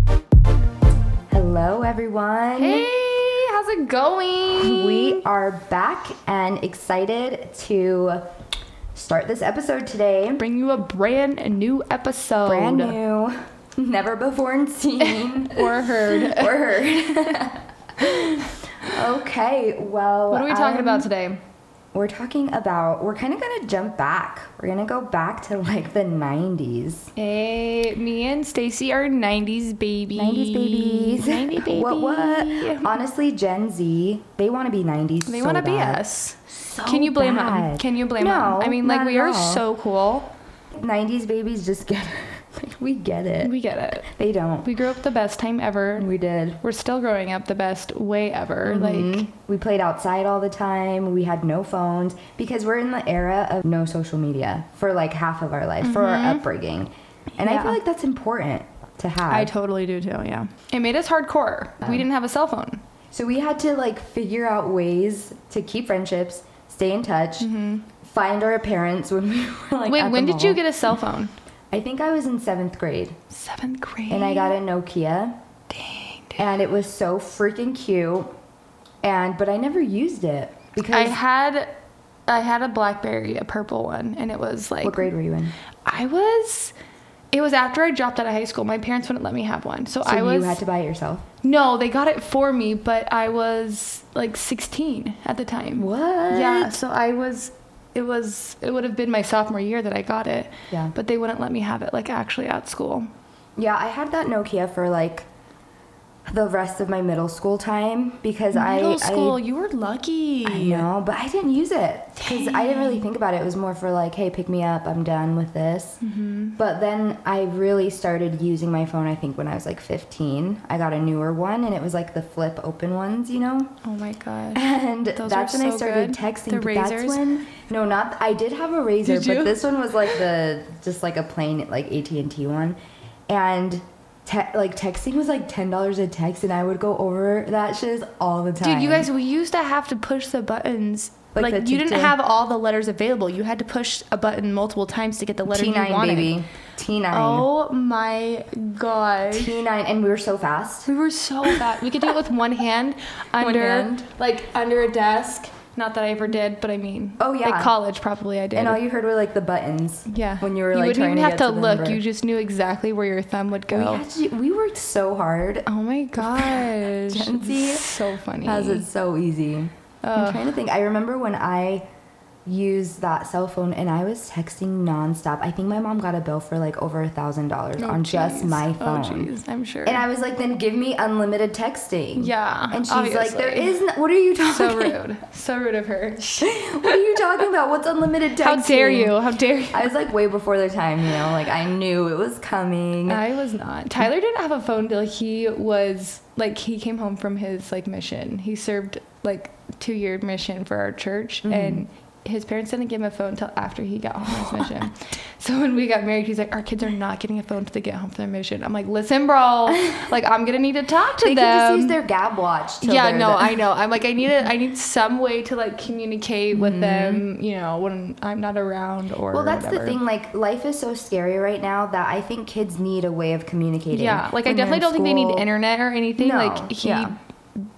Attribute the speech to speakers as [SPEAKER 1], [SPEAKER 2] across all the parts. [SPEAKER 1] going?
[SPEAKER 2] Mm-hmm. We are back and excited to start this episode today.
[SPEAKER 1] bring you a brand new episode.
[SPEAKER 2] Brand new, never before seen
[SPEAKER 1] Or heard.
[SPEAKER 2] or heard. okay, well,
[SPEAKER 1] What are we talking
[SPEAKER 2] um,
[SPEAKER 1] about today?
[SPEAKER 2] We're talking about. We're kind of gonna jump back. We're gonna go back to like the '90s. eh,
[SPEAKER 1] Hey, me and Stacy are 90s babies.
[SPEAKER 2] 90s babies.
[SPEAKER 1] 90s babies.
[SPEAKER 2] what what? Honestly, Gen Z, they want to be 90s.
[SPEAKER 1] They
[SPEAKER 2] so
[SPEAKER 1] want to be
[SPEAKER 2] bad.
[SPEAKER 1] us. Can you blame them?
[SPEAKER 2] bad.
[SPEAKER 1] Can you blame
[SPEAKER 2] No,
[SPEAKER 1] them? I mean, like,
[SPEAKER 2] not
[SPEAKER 1] we
[SPEAKER 2] at
[SPEAKER 1] are
[SPEAKER 2] all.
[SPEAKER 1] so cool.
[SPEAKER 2] 90s babies just get like we get it.
[SPEAKER 1] We get it.
[SPEAKER 2] they don't.
[SPEAKER 1] We grew up the best time ever.
[SPEAKER 2] We did.
[SPEAKER 1] We're still growing up the best way
[SPEAKER 2] Mm-hmm.
[SPEAKER 1] ever. Like,
[SPEAKER 2] We played outside all the time. We had no phones because we're in the era of no social media for like half of our life for our upbringing. And I
[SPEAKER 1] Mm-hmm. Yeah.
[SPEAKER 2] feel like that's important to have.
[SPEAKER 1] I totally do too, yeah. It made us hardcore. We didn't have a cell phone.
[SPEAKER 2] so we had to like figure out ways to keep friendships, stay in touch, find our parents when we were like
[SPEAKER 1] Wait,
[SPEAKER 2] at the
[SPEAKER 1] Mm-hmm. when did you
[SPEAKER 2] mall.
[SPEAKER 1] get a cell phone?
[SPEAKER 2] I think I was in 7th grade
[SPEAKER 1] Seventh grade.
[SPEAKER 2] and I got a Nokia
[SPEAKER 1] Dang, dude.
[SPEAKER 2] and it was so freaking cute. And but I never used it because
[SPEAKER 1] I had, I had a BlackBerry, a purple one, and it was like.
[SPEAKER 2] what grade were you in?
[SPEAKER 1] I was. It was after I dropped out of high school. My parents wouldn't let me have one, so,
[SPEAKER 2] So
[SPEAKER 1] I was.
[SPEAKER 2] you had to buy it yourself.
[SPEAKER 1] no, they got it for me, but I was like 16 at the time.
[SPEAKER 2] What?
[SPEAKER 1] Yeah, so I was. It was. It would have been my sophomore year that I got it.
[SPEAKER 2] Yeah.
[SPEAKER 1] But they wouldn't let me have it like actually at school.
[SPEAKER 2] Yeah, I had that Nokia for like the rest of my middle school time because I
[SPEAKER 1] Middle
[SPEAKER 2] I-
[SPEAKER 1] school, you were lucky.
[SPEAKER 2] I know, but I didn't use it because I didn't really think about it. It was more for like, hey, pick me up. I'm done with this.
[SPEAKER 1] Mm-hmm.
[SPEAKER 2] But then I really started using my phone. I think when I was like 15, I got a newer one, and it was like the flip open ones, you know.
[SPEAKER 1] Oh my god.
[SPEAKER 2] And
[SPEAKER 1] Those
[SPEAKER 2] that's
[SPEAKER 1] are
[SPEAKER 2] when I
[SPEAKER 1] so
[SPEAKER 2] started
[SPEAKER 1] good.
[SPEAKER 2] texting.
[SPEAKER 1] The
[SPEAKER 2] but That's
[SPEAKER 1] razors?
[SPEAKER 2] when no, not I did have a razor,
[SPEAKER 1] Did
[SPEAKER 2] but
[SPEAKER 1] you?
[SPEAKER 2] this one was like the just like a plain like AT and T one, and te- like texting was like ten dollars a text, and I would go over that shiz all the time.
[SPEAKER 1] Dude, you guys, we used to have to push the buttons.
[SPEAKER 2] Like
[SPEAKER 1] Like,
[SPEAKER 2] the
[SPEAKER 1] you didn't
[SPEAKER 2] tick-tick.
[SPEAKER 1] have all the letters available. You had to push a button multiple times to get the letter
[SPEAKER 2] T
[SPEAKER 1] you
[SPEAKER 2] nine
[SPEAKER 1] wanted.
[SPEAKER 2] baby, T nine,
[SPEAKER 1] Oh my god.
[SPEAKER 2] T nine, and we were so fast.
[SPEAKER 1] We were so bad. We could do it with one hand under
[SPEAKER 2] hand.
[SPEAKER 1] like under a desk. Not that I ever did, but I mean
[SPEAKER 2] Oh, yeah.
[SPEAKER 1] Like college probably I did.
[SPEAKER 2] And all you heard were like the buttons.
[SPEAKER 1] yeah.
[SPEAKER 2] When you were like
[SPEAKER 1] wouldn't
[SPEAKER 2] trying
[SPEAKER 1] even
[SPEAKER 2] to
[SPEAKER 1] have
[SPEAKER 2] get
[SPEAKER 1] to,
[SPEAKER 2] the
[SPEAKER 1] look.
[SPEAKER 2] number.
[SPEAKER 1] You just knew exactly where your thumb would
[SPEAKER 2] we,
[SPEAKER 1] go.
[SPEAKER 2] had to- we worked so hard.
[SPEAKER 1] Oh my gosh.
[SPEAKER 2] Gen Z
[SPEAKER 1] It's so funny.
[SPEAKER 2] As it's so easy. I'm
[SPEAKER 1] Ugh.
[SPEAKER 2] trying to think. I remember when I used that cell phone and I was texting nonstop. I think my mom got a bill for like over a thousand dollars
[SPEAKER 1] Oh,
[SPEAKER 2] on just
[SPEAKER 1] jeez.
[SPEAKER 2] my
[SPEAKER 1] Oh
[SPEAKER 2] phone.
[SPEAKER 1] jeez, I'm sure.
[SPEAKER 2] and I was like, then give me unlimited texting.
[SPEAKER 1] Yeah,
[SPEAKER 2] And she's like,
[SPEAKER 1] obviously.
[SPEAKER 2] there is no, what are you talking
[SPEAKER 1] so rude. So rude of her.
[SPEAKER 2] What are you talking about? What's unlimited texting?
[SPEAKER 1] How dare you? How dare you?
[SPEAKER 2] I was like way before their time, you know, like I knew it was coming.
[SPEAKER 1] I was not. Tyler didn't have a phone till he was like he came home from his like mission. He served like two year mission for our church
[SPEAKER 2] Mm-hmm.
[SPEAKER 1] and his parents didn't give him a phone till after he got home from his mission. So when we got married, he's like, "Our kids are not getting a phone till they get home from their mission." I'm like, "Listen, bro, like I'm gonna need to talk to
[SPEAKER 2] they
[SPEAKER 1] them."
[SPEAKER 2] can just use their Gab watch. till
[SPEAKER 1] yeah
[SPEAKER 2] they're
[SPEAKER 1] no
[SPEAKER 2] done.
[SPEAKER 1] i know i'm like i need a, i need some way to like communicate with them you know when i'm not around or
[SPEAKER 2] Mm-hmm. Well, that's
[SPEAKER 1] whatever.
[SPEAKER 2] the thing. Like, life is so scary right now that I think kids need a way of communicating.
[SPEAKER 1] yeah like i
[SPEAKER 2] when they're
[SPEAKER 1] definitely
[SPEAKER 2] in
[SPEAKER 1] don't think they need
[SPEAKER 2] school.
[SPEAKER 1] internet or anything
[SPEAKER 2] No,
[SPEAKER 1] like he
[SPEAKER 2] yeah.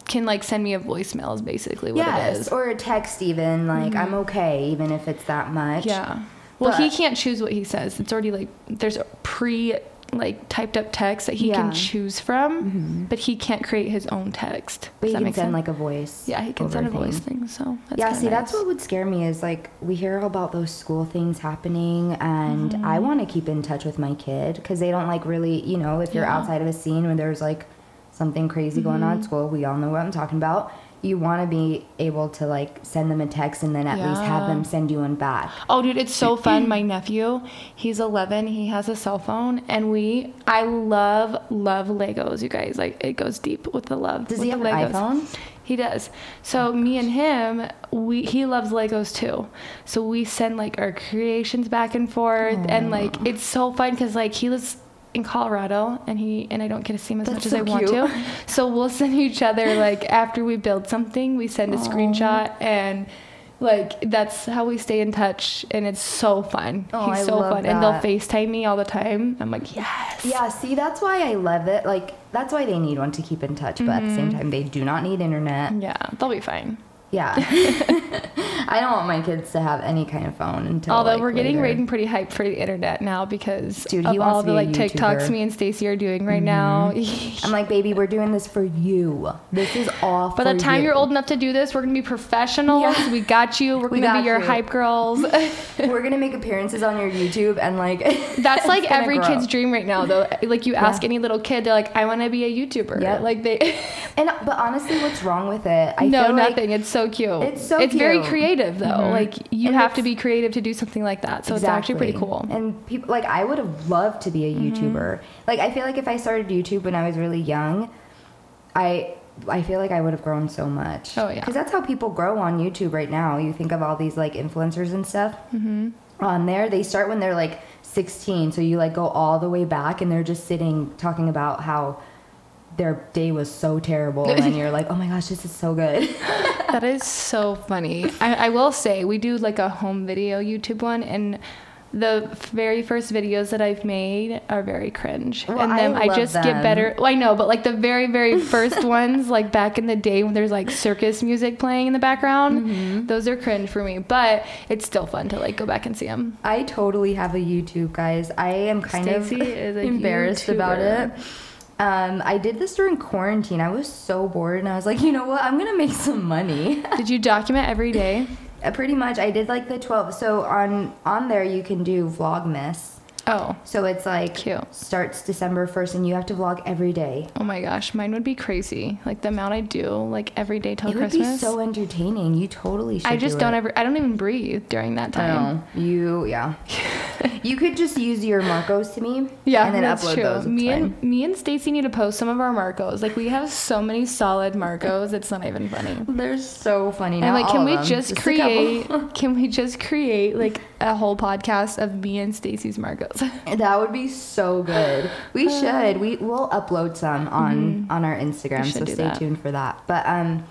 [SPEAKER 1] can like send me a voicemail is basically what it
[SPEAKER 2] Yes,
[SPEAKER 1] is Mm-hmm.
[SPEAKER 2] or a text even. Like, I'm okay, even if it's that much.
[SPEAKER 1] yeah well he
[SPEAKER 2] But-
[SPEAKER 1] can't choose what he says it's already like there's a pre like typed up text that he
[SPEAKER 2] Yeah. Mm-hmm.
[SPEAKER 1] can choose from but he can't create his own text
[SPEAKER 2] But
[SPEAKER 1] Does
[SPEAKER 2] he
[SPEAKER 1] that
[SPEAKER 2] can
[SPEAKER 1] make
[SPEAKER 2] send
[SPEAKER 1] sense?
[SPEAKER 2] like a voice.
[SPEAKER 1] yeah he can
[SPEAKER 2] over
[SPEAKER 1] send a voice
[SPEAKER 2] thing.
[SPEAKER 1] thing so that's
[SPEAKER 2] yeah,
[SPEAKER 1] kinda
[SPEAKER 2] see, that's
[SPEAKER 1] nice.
[SPEAKER 2] what would scare me is like we hear about those school things happening, and
[SPEAKER 1] Mm-hmm.
[SPEAKER 2] I want to keep in touch with my kid because they don't like really, you know, if you're
[SPEAKER 1] Yeah. Mm-hmm.
[SPEAKER 2] outside of a scene where there's like something crazy going on at school, we all know what I'm talking about. You want to be able to like send them a text and then at least have
[SPEAKER 1] Yeah.
[SPEAKER 2] them send you one back.
[SPEAKER 1] Oh, dude, it's so fun. My nephew, he's 11. He has a cell phone, and we, I love, love Legos, you guys. Like, it goes deep with the love.
[SPEAKER 2] Does
[SPEAKER 1] with
[SPEAKER 2] he
[SPEAKER 1] the
[SPEAKER 2] have an
[SPEAKER 1] Legos.
[SPEAKER 2] iPhone?
[SPEAKER 1] He does. So
[SPEAKER 2] Oh
[SPEAKER 1] me and him, we he loves Legos too. So we send like our creations back and forth, and like it's so fun because like he lives in Colorado, and he and I don't get to see him as
[SPEAKER 2] That's
[SPEAKER 1] much as
[SPEAKER 2] so
[SPEAKER 1] I want
[SPEAKER 2] cute.
[SPEAKER 1] to. So we'll send each other like after we build something, we send a screenshot and Like that's how we stay in touch, and it's so fun.
[SPEAKER 2] Oh,
[SPEAKER 1] He's
[SPEAKER 2] I
[SPEAKER 1] so
[SPEAKER 2] love
[SPEAKER 1] fun, and they'll
[SPEAKER 2] that.
[SPEAKER 1] Facetime me all the time. I'm like, yes.
[SPEAKER 2] Yeah, see, that's why I love it. Like, that's why they need one to keep in touch, but at the same
[SPEAKER 1] Mm-hmm.
[SPEAKER 2] time, they do not need internet.
[SPEAKER 1] Yeah, they'll be fine.
[SPEAKER 2] Yeah. I don't want my kids to have any kind of phone until.
[SPEAKER 1] Although
[SPEAKER 2] like,
[SPEAKER 1] we're getting
[SPEAKER 2] later.
[SPEAKER 1] Raiden pretty hyped for the internet now because
[SPEAKER 2] Dude, he
[SPEAKER 1] of
[SPEAKER 2] wants
[SPEAKER 1] all
[SPEAKER 2] to
[SPEAKER 1] the
[SPEAKER 2] be a
[SPEAKER 1] like TikToks
[SPEAKER 2] YouTuber. Mm-hmm.
[SPEAKER 1] me and Stacy are doing right now.
[SPEAKER 2] I'm like, baby, we're doing this for you. This is all
[SPEAKER 1] By
[SPEAKER 2] for
[SPEAKER 1] the time
[SPEAKER 2] you.
[SPEAKER 1] you. are old enough to do this, we're gonna be professionals.
[SPEAKER 2] Yeah.
[SPEAKER 1] We got you. We're
[SPEAKER 2] We
[SPEAKER 1] gonna be
[SPEAKER 2] got
[SPEAKER 1] your
[SPEAKER 2] you.
[SPEAKER 1] hype girls.
[SPEAKER 2] we're gonna make appearances on your YouTube and like.
[SPEAKER 1] That's like
[SPEAKER 2] gonna
[SPEAKER 1] every
[SPEAKER 2] grow.
[SPEAKER 1] kid's dream right now, though. Like you ask any little kid, they're like, "I want to be a YouTuber."
[SPEAKER 2] Yep.
[SPEAKER 1] Like they,
[SPEAKER 2] and but honestly, what's wrong with it? I
[SPEAKER 1] no,
[SPEAKER 2] feel like-
[SPEAKER 1] nothing. it's so cute.
[SPEAKER 2] It's so
[SPEAKER 1] It's very
[SPEAKER 2] cute. Mm-hmm.
[SPEAKER 1] creative, though. Like you
[SPEAKER 2] And
[SPEAKER 1] have to
[SPEAKER 2] it's-
[SPEAKER 1] be creative to do something like that. So it's actually pretty
[SPEAKER 2] Exactly.
[SPEAKER 1] cool. Mm-hmm.
[SPEAKER 2] And people like I would have loved to be a YouTuber. Like I feel like if I started YouTube when I was really young, I I feel like I would have grown so much.
[SPEAKER 1] Oh, yeah.
[SPEAKER 2] Because that's how people grow on YouTube right now. You think of all these like influencers and stuff
[SPEAKER 1] Mm-hmm.
[SPEAKER 2] on there. They start when they're like 16, so you like go all the way back, and they're just sitting talking about how their day was so terrible, and then you're like, oh my gosh, this is so good.
[SPEAKER 1] That is so funny. I, I will say we do like a home video YouTube one, and the very first videos that I've made are very cringe.
[SPEAKER 2] Well,
[SPEAKER 1] and
[SPEAKER 2] I
[SPEAKER 1] then I,
[SPEAKER 2] love
[SPEAKER 1] just
[SPEAKER 2] them.
[SPEAKER 1] get better. Well, I know, but like the very very first ones, like back in the day when there's like circus music playing in the background,
[SPEAKER 2] Mm-hmm.
[SPEAKER 1] those are cringe for me. But it's still fun to like go back and see them.
[SPEAKER 2] I totally have a YouTube, guys. I am kind
[SPEAKER 1] Stacey
[SPEAKER 2] of
[SPEAKER 1] is a
[SPEAKER 2] embarrassed about it.
[SPEAKER 1] YouTuber.
[SPEAKER 2] Um, I did this during quarantine. I was so bored, and I was like, you know what? I'm gonna make some money.
[SPEAKER 1] Did you document every day?
[SPEAKER 2] Uh, Pretty much, I did like the 12. So on on there, you can do Vlogmas.
[SPEAKER 1] Oh.
[SPEAKER 2] So it's like
[SPEAKER 1] Cute.
[SPEAKER 2] starts December 1st, and you have to vlog every day.
[SPEAKER 1] Oh my gosh, mine would be crazy. Like the amount I do, like every day till
[SPEAKER 2] it would
[SPEAKER 1] Oh, Christmas.
[SPEAKER 2] be so entertaining. You totally should.
[SPEAKER 1] I just
[SPEAKER 2] do
[SPEAKER 1] don't
[SPEAKER 2] it.
[SPEAKER 1] ever. I don't even breathe during that
[SPEAKER 2] I
[SPEAKER 1] time.
[SPEAKER 2] know. You yeah. you could just use your Marcos to me.
[SPEAKER 1] Yeah,
[SPEAKER 2] and then
[SPEAKER 1] that's
[SPEAKER 2] upload
[SPEAKER 1] true.
[SPEAKER 2] those. It's
[SPEAKER 1] me
[SPEAKER 2] fine.
[SPEAKER 1] and me and Stacy need to post some of our Marcos. Like we have so many solid Marcos, it's not even funny.
[SPEAKER 2] they're so funny.
[SPEAKER 1] And
[SPEAKER 2] Not
[SPEAKER 1] like,
[SPEAKER 2] all
[SPEAKER 1] can
[SPEAKER 2] of
[SPEAKER 1] we
[SPEAKER 2] them,
[SPEAKER 1] just,
[SPEAKER 2] a couple.
[SPEAKER 1] create? can we just create like a whole podcast of me and Stacy's Marcos?
[SPEAKER 2] That would be so good. We should. We will upload some on on our Instagram,
[SPEAKER 1] Mm-hmm. We should
[SPEAKER 2] so
[SPEAKER 1] do
[SPEAKER 2] stay
[SPEAKER 1] that.
[SPEAKER 2] tuned for that. But um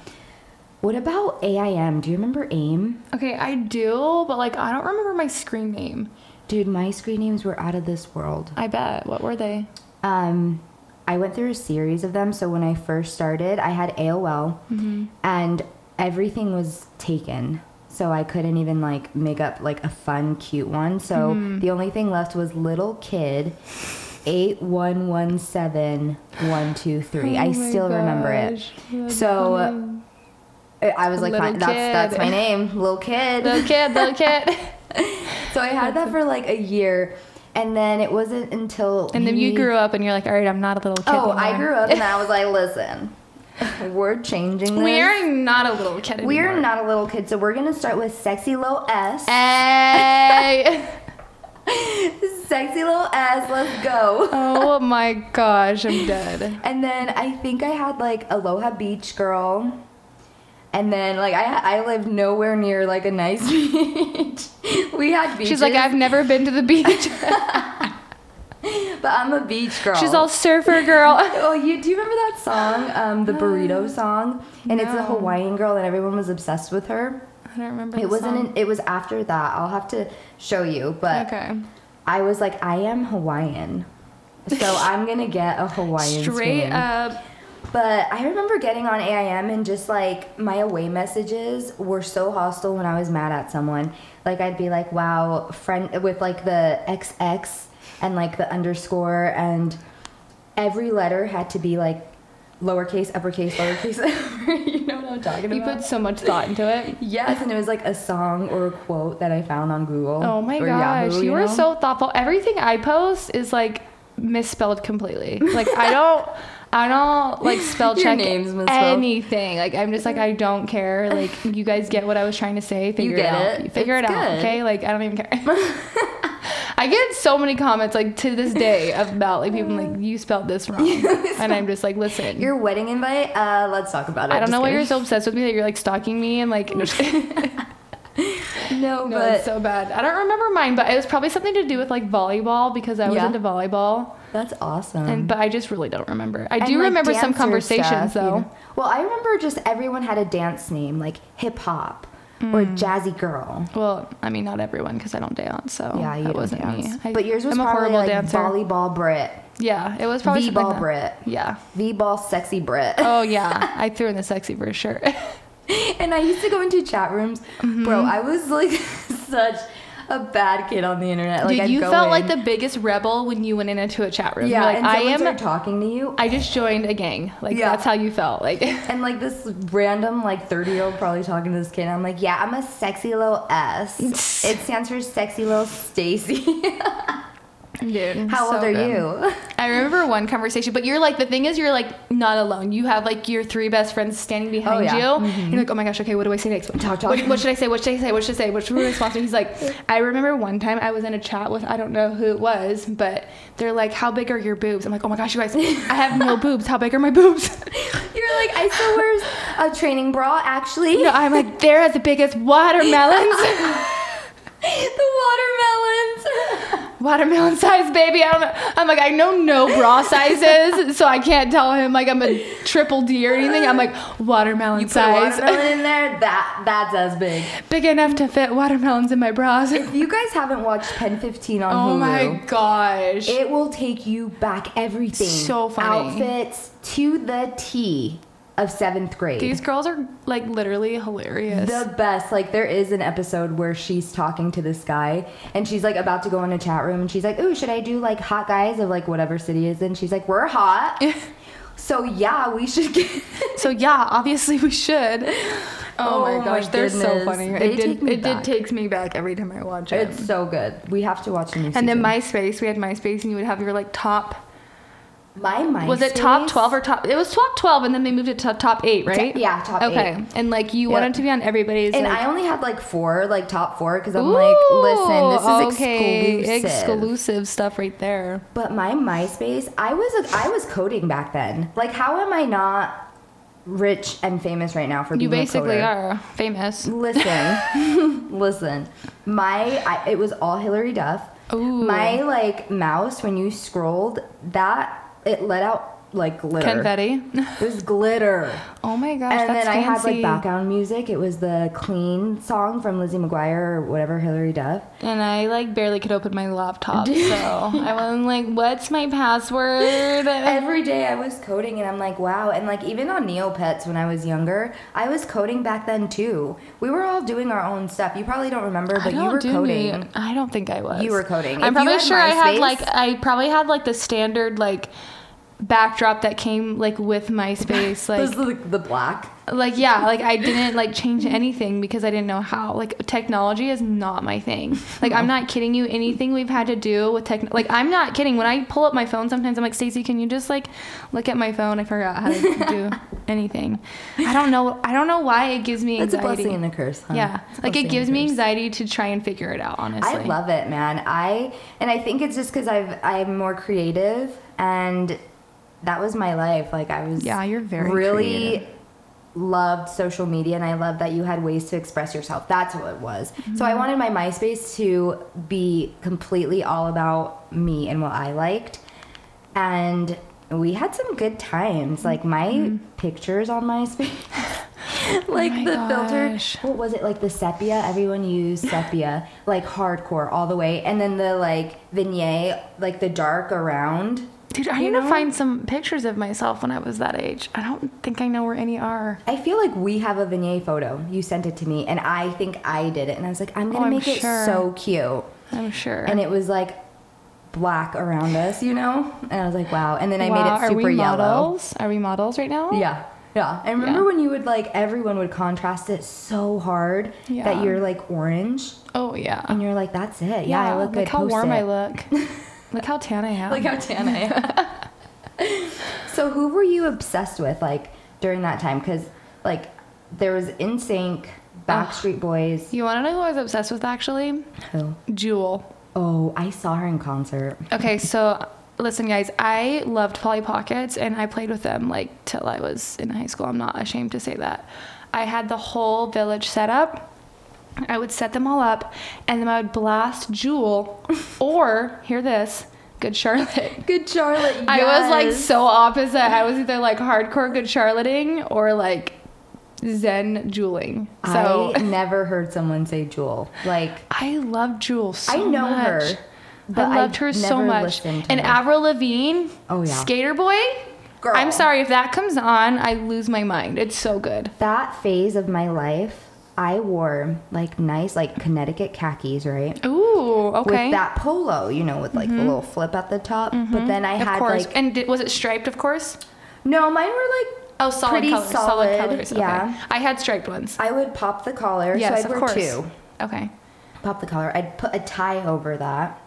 [SPEAKER 2] what about AIM? Do you remember AIM?
[SPEAKER 1] okay, I do, but like I don't remember my screen name.
[SPEAKER 2] Dude, my screen names were out of this world.
[SPEAKER 1] I bet. What were they?
[SPEAKER 2] Um I went through a series of them, so when I first started, I had AOL
[SPEAKER 1] Mm-hmm.
[SPEAKER 2] and everything was taken. So I couldn't even like make up like a fun cute one. So
[SPEAKER 1] Hmm.
[SPEAKER 2] the only thing left was little kid
[SPEAKER 1] Oh
[SPEAKER 2] 8117123. I still remember it. So uh, I I was like,
[SPEAKER 1] Little
[SPEAKER 2] fine, that's that's
[SPEAKER 1] kid.
[SPEAKER 2] my name, little kid.
[SPEAKER 1] little kid, little kid.
[SPEAKER 2] so I had that for like a year, and then it wasn't until
[SPEAKER 1] and then you
[SPEAKER 2] we-
[SPEAKER 1] grew up, and you're like, all right, I'm not a little kid.
[SPEAKER 2] Oh, I
[SPEAKER 1] anymore."
[SPEAKER 2] grew up, and I was like, listen, we're changing. This.
[SPEAKER 1] We're not a little kid.
[SPEAKER 2] We're
[SPEAKER 1] anymore.
[SPEAKER 2] not a little kid, so we're gonna start with sexy low S.
[SPEAKER 1] Hey.
[SPEAKER 2] Sexy low S, let's go.
[SPEAKER 1] oh my gosh, I'm dead.
[SPEAKER 2] And then I think I had like Aloha Beach Girl. And then like I I lived nowhere near like a nice beach. we had beaches.
[SPEAKER 1] She's like, I've never been to the beach.
[SPEAKER 2] but I'm a beach girl.
[SPEAKER 1] She's all surfer girl.
[SPEAKER 2] Oh, you do you remember that song, um, the burrito song? And it's a
[SPEAKER 1] No.
[SPEAKER 2] Hawaiian girl, and everyone was obsessed with her.
[SPEAKER 1] I don't remember.
[SPEAKER 2] It wasn't. uh, An, it was after that. I'll have to show you, but
[SPEAKER 1] okay.
[SPEAKER 2] I was like, I am Hawaiian, so I'm gonna get a Hawaiian
[SPEAKER 1] Straight
[SPEAKER 2] screen.
[SPEAKER 1] up.
[SPEAKER 2] But I remember getting on AIM and just like my away messages were so hostile when I was mad at someone. Like I'd be like, "Wow, friend," with like the XX and like the underscore, and every letter had to be like lowercase, uppercase, lowercase. you know what I'm talking
[SPEAKER 1] You
[SPEAKER 2] about?
[SPEAKER 1] put so much thought into it.
[SPEAKER 2] yes, and it was like a song or a quote that I found on Google.
[SPEAKER 1] Oh my
[SPEAKER 2] or
[SPEAKER 1] gosh,
[SPEAKER 2] Yahoo,
[SPEAKER 1] you, were
[SPEAKER 2] know?
[SPEAKER 1] so thoughtful. Everything I post is like misspelled completely. Like I don't. I don't like spell
[SPEAKER 2] Your
[SPEAKER 1] check
[SPEAKER 2] name's misspelled.
[SPEAKER 1] anything. Like I'm just like I don't care. Like you guys get what I was trying to say. Figure
[SPEAKER 2] get
[SPEAKER 1] it out.
[SPEAKER 2] it.
[SPEAKER 1] Figure
[SPEAKER 2] It's
[SPEAKER 1] it out.
[SPEAKER 2] good.
[SPEAKER 1] Okay. Like I don't even care. I get so many comments like to this day about like people like you spelled this wrong, and I'm just like listen.
[SPEAKER 2] Your wedding invite? Uh, let's talk about it.
[SPEAKER 1] I don't
[SPEAKER 2] Just
[SPEAKER 1] know why
[SPEAKER 2] kidding.
[SPEAKER 1] you're so obsessed with me that you're like stalking me and like no,
[SPEAKER 2] No,
[SPEAKER 1] it's
[SPEAKER 2] but
[SPEAKER 1] so bad. I don't remember mine, but it was probably something to do with like volleyball because I was
[SPEAKER 2] Yeah.
[SPEAKER 1] into volleyball,
[SPEAKER 2] that's awesome.
[SPEAKER 1] and but I just really don't remember. I
[SPEAKER 2] And,
[SPEAKER 1] do
[SPEAKER 2] like,
[SPEAKER 1] remember some
[SPEAKER 2] dancer
[SPEAKER 1] conversations
[SPEAKER 2] stuff, you
[SPEAKER 1] though.
[SPEAKER 2] know. Well, I remember just everyone had a dance name, like hip hop or
[SPEAKER 1] Mm.
[SPEAKER 2] Jazzy Girl.
[SPEAKER 1] Well, I mean, not everyone because I don't dance. So
[SPEAKER 2] Yeah, you
[SPEAKER 1] Oh, that
[SPEAKER 2] do
[SPEAKER 1] wasn't
[SPEAKER 2] dance.
[SPEAKER 1] me. I,
[SPEAKER 2] but yours was
[SPEAKER 1] I'm a
[SPEAKER 2] probably
[SPEAKER 1] horrible
[SPEAKER 2] like
[SPEAKER 1] dancer.
[SPEAKER 2] volleyball Brit,
[SPEAKER 1] Yeah, it was probably something
[SPEAKER 2] V-ball
[SPEAKER 1] that-
[SPEAKER 2] Brit,
[SPEAKER 1] Yeah.
[SPEAKER 2] V-ball sexy Brit.
[SPEAKER 1] Oh yeah, I threw in the sexy for sure.
[SPEAKER 2] and I used to go into chat rooms,
[SPEAKER 1] Mm-hmm.
[SPEAKER 2] bro. I was like such a bad kid on the internet. Like
[SPEAKER 1] Dude,
[SPEAKER 2] I'd
[SPEAKER 1] you
[SPEAKER 2] go
[SPEAKER 1] felt
[SPEAKER 2] in-
[SPEAKER 1] like the biggest rebel when you went in into a chat room.
[SPEAKER 2] yeah,
[SPEAKER 1] You're like
[SPEAKER 2] and
[SPEAKER 1] I
[SPEAKER 2] someone
[SPEAKER 1] am.
[SPEAKER 2] started talking to you,
[SPEAKER 1] I just joined a gang. Like
[SPEAKER 2] Yeah.
[SPEAKER 1] that's how you felt. Like
[SPEAKER 2] and like this random like thirty year old probably talking to this kid. I'm like, yeah, I'm a sexy little S. it stands for sexy little Stacy.
[SPEAKER 1] dude,
[SPEAKER 2] How old
[SPEAKER 1] so
[SPEAKER 2] are
[SPEAKER 1] good.
[SPEAKER 2] you?
[SPEAKER 1] I remember one conversation, but you're like the thing is you're like not alone. You have like your three best friends standing behind
[SPEAKER 2] yeah.
[SPEAKER 1] you. You're like, oh my gosh, okay, what do I say next?
[SPEAKER 2] Talk, talk.
[SPEAKER 1] Oh, What, what should I say? What should I say? What should I say? What should we respond to? He's like, I remember one time I was in a chat with I don't know who it was, but they're like, how big are your boobs? I'm like, oh my gosh, you guys, I have no boobs. How big are my boobs?
[SPEAKER 2] You're like, I still wear a training bra, actually.
[SPEAKER 1] No, I'm like, they're as big as watermelons,
[SPEAKER 2] the watermelons.
[SPEAKER 1] watermelon size, baby. I don't know. I'm like, I know no bra sizes, so I can't tell him like I'm a triple D or anything. I'm like, watermelon
[SPEAKER 2] You put a
[SPEAKER 1] size,
[SPEAKER 2] watermelon in there, that that's as big.
[SPEAKER 1] big enough to fit watermelons in my bras.
[SPEAKER 2] If you guys haven't watched Pen 15 on
[SPEAKER 1] Oh
[SPEAKER 2] Hulu,
[SPEAKER 1] my gosh.
[SPEAKER 2] it will take you back everything.
[SPEAKER 1] So funny.
[SPEAKER 2] Outfits to the T of seventh grade.
[SPEAKER 1] These girls are like literally hilarious.
[SPEAKER 2] the best. Like there is an episode where she's talking to this guy and she's like about to go in a chat room and she's like, "Ooh, should I do like hot guys of like whatever city is in?" She's like, "We're hot." so yeah, we should get
[SPEAKER 1] so yeah, obviously we should. Oh,
[SPEAKER 2] Oh
[SPEAKER 1] my gosh,
[SPEAKER 2] my
[SPEAKER 1] they're so
[SPEAKER 2] goodness.
[SPEAKER 1] funny.
[SPEAKER 2] They take
[SPEAKER 1] it did
[SPEAKER 2] me
[SPEAKER 1] it
[SPEAKER 2] back.
[SPEAKER 1] did takes me back every time I watch it.
[SPEAKER 2] It's so good. We have to watch a new
[SPEAKER 1] and
[SPEAKER 2] season.
[SPEAKER 1] then MySpace, we had MySpace and you would have your like top
[SPEAKER 2] my my
[SPEAKER 1] Was it top
[SPEAKER 2] MySpace?
[SPEAKER 1] 12 or top? It was top 12, and then they moved it to top 8, right?
[SPEAKER 2] yeah, top
[SPEAKER 1] okay.
[SPEAKER 2] eight.
[SPEAKER 1] And like you
[SPEAKER 2] Yep.
[SPEAKER 1] wanted to be on everybody's.
[SPEAKER 2] And
[SPEAKER 1] like,
[SPEAKER 2] I only had like four, like top four, because I'm
[SPEAKER 1] Ooh,
[SPEAKER 2] like, listen, this is
[SPEAKER 1] okay,
[SPEAKER 2] exclusive.
[SPEAKER 1] exclusive stuff right there.
[SPEAKER 2] But my MySpace, I was a, I was coding back then. Like, how am I not rich and famous right now for
[SPEAKER 1] You
[SPEAKER 2] being
[SPEAKER 1] basically
[SPEAKER 2] a coder?
[SPEAKER 1] are famous.
[SPEAKER 2] Listen, listen. My I, it was all Hillary Duff.
[SPEAKER 1] Ooh.
[SPEAKER 2] My like mouse when you scrolled that it let out like glitter.
[SPEAKER 1] Confetti.
[SPEAKER 2] It was glitter.
[SPEAKER 1] Oh my gosh,
[SPEAKER 2] and
[SPEAKER 1] that's
[SPEAKER 2] then I had like
[SPEAKER 1] fancy.
[SPEAKER 2] background music. It was the clean song from Lizzie McGuire or whatever Hillary Duff.
[SPEAKER 1] and I like barely could open my laptop, so I was like, "What's my password?"
[SPEAKER 2] Every day I was coding and I'm like, wow. And like even on Neopets when I was younger, I was coding back then too. We were all doing our own stuff. You probably don't remember, but
[SPEAKER 1] I don't
[SPEAKER 2] you were
[SPEAKER 1] do
[SPEAKER 2] coding.
[SPEAKER 1] Neo- I don't think I was.
[SPEAKER 2] You were coding. If
[SPEAKER 1] I'm
[SPEAKER 2] you
[SPEAKER 1] probably
[SPEAKER 2] had
[SPEAKER 1] sure I had
[SPEAKER 2] MySpace-
[SPEAKER 1] like I probably had like the standard like backdrop that came like with MySpace
[SPEAKER 2] This
[SPEAKER 1] like
[SPEAKER 2] is like the black.
[SPEAKER 1] like yeah like I didn't like change anything because I didn't know how like technology is not my thing like I'm not kidding you anything we've had to do with tech like I'm not kidding when I pull up my phone sometimes I'm like Stacey can you just like look at my phone I forgot how to do anything I don't know I don't know why it gives me
[SPEAKER 2] It's
[SPEAKER 1] anxiety
[SPEAKER 2] a blessing and a curse. Huh?
[SPEAKER 1] yeah,
[SPEAKER 2] It's a
[SPEAKER 1] like
[SPEAKER 2] blessing
[SPEAKER 1] it
[SPEAKER 2] and
[SPEAKER 1] gives
[SPEAKER 2] a
[SPEAKER 1] me
[SPEAKER 2] curse.
[SPEAKER 1] anxiety to try and figure it out. Honestly,
[SPEAKER 2] I love it, man. I and I think it's just because I've I'm more creative and that was my life. Like I was
[SPEAKER 1] Yeah, you're very
[SPEAKER 2] really
[SPEAKER 1] creative.
[SPEAKER 2] loved social media and I loved that you had ways to express yourself. That's what it was. So
[SPEAKER 1] Mm-hmm.
[SPEAKER 2] I wanted my MySpace to be completely all about me and what I liked. And we had some good times. Like my
[SPEAKER 1] Mm-hmm.
[SPEAKER 2] pictures on MySpace. like
[SPEAKER 1] my
[SPEAKER 2] the
[SPEAKER 1] gosh.
[SPEAKER 2] filter what was it like the sepia everyone used sepia like hardcore all the way and then the like vignette like the dark around
[SPEAKER 1] dude. I
[SPEAKER 2] You
[SPEAKER 1] need to
[SPEAKER 2] know?
[SPEAKER 1] find some pictures of myself when I was that age. I don't think I know where any are.
[SPEAKER 2] i feel like we have a vignette photo you sent it to me and i think i did it and i was like i'm
[SPEAKER 1] Oh,
[SPEAKER 2] gonna
[SPEAKER 1] I'm
[SPEAKER 2] make it
[SPEAKER 1] sure.
[SPEAKER 2] so cute
[SPEAKER 1] I'm sure.
[SPEAKER 2] and it was like black around us you know and i was like wow and then i
[SPEAKER 1] Wow,
[SPEAKER 2] made it
[SPEAKER 1] are
[SPEAKER 2] super
[SPEAKER 1] we
[SPEAKER 2] yellow
[SPEAKER 1] models? Are we models right now?
[SPEAKER 2] yeah yeah i remember
[SPEAKER 1] Yeah.
[SPEAKER 2] when you would like everyone would contrast it so hard
[SPEAKER 1] Yeah.
[SPEAKER 2] that you're like orange
[SPEAKER 1] Oh yeah.
[SPEAKER 2] and you're like that's it Um, yeah, i look good
[SPEAKER 1] Look how
[SPEAKER 2] Post
[SPEAKER 1] warm I
[SPEAKER 2] it.
[SPEAKER 1] look. look how tan I am.
[SPEAKER 2] Like how tan I am. so who were you obsessed with like during that time? Because like there was NSYNC, Backstreet Boys.
[SPEAKER 1] you want to know who I was obsessed with actually?
[SPEAKER 2] Who?
[SPEAKER 1] Jewel.
[SPEAKER 2] Oh, I saw her in concert.
[SPEAKER 1] Okay, so listen, guys, I loved Polly Pockets and I played with them like till I was in high school. I'm not ashamed to say that. I had the whole village set up. I would set them all up and then I would blast Jewel or, hear this, Good Charlotte.
[SPEAKER 2] Good Charlotte.
[SPEAKER 1] I was like so opposite. I was either like hardcore Good Charlotting or like Zen jeweling. So
[SPEAKER 2] I never heard someone say Jewel. Like,
[SPEAKER 1] I, love Jewel so
[SPEAKER 2] I know
[SPEAKER 1] much.
[SPEAKER 2] her, but
[SPEAKER 1] I loved her
[SPEAKER 2] I've
[SPEAKER 1] so
[SPEAKER 2] never
[SPEAKER 1] much.
[SPEAKER 2] listened to
[SPEAKER 1] and
[SPEAKER 2] her.
[SPEAKER 1] Avril Lavigne,
[SPEAKER 2] Oh, yeah.
[SPEAKER 1] Skater Boy.
[SPEAKER 2] Girl.
[SPEAKER 1] I'm sorry if that comes on, I lose my mind. It's so good.
[SPEAKER 2] that phase of my life, I wore like nice, like Connecticut khakis, right?
[SPEAKER 1] Ooh, okay. Mm-hmm.
[SPEAKER 2] With that polo, you know, with like the little flip at the top. But then I
[SPEAKER 1] of
[SPEAKER 2] had
[SPEAKER 1] course.
[SPEAKER 2] like
[SPEAKER 1] and did, was it striped? Of course.
[SPEAKER 2] no, mine were like
[SPEAKER 1] Oh, solid
[SPEAKER 2] Pretty
[SPEAKER 1] colors. Solid,
[SPEAKER 2] solid,
[SPEAKER 1] colors. Okay.
[SPEAKER 2] yeah.
[SPEAKER 1] I had striped ones.
[SPEAKER 2] I would pop the collar,
[SPEAKER 1] yes,
[SPEAKER 2] so I'd
[SPEAKER 1] of
[SPEAKER 2] wear
[SPEAKER 1] course.
[SPEAKER 2] two.
[SPEAKER 1] Okay.
[SPEAKER 2] Pop the collar. I'd put a tie over that,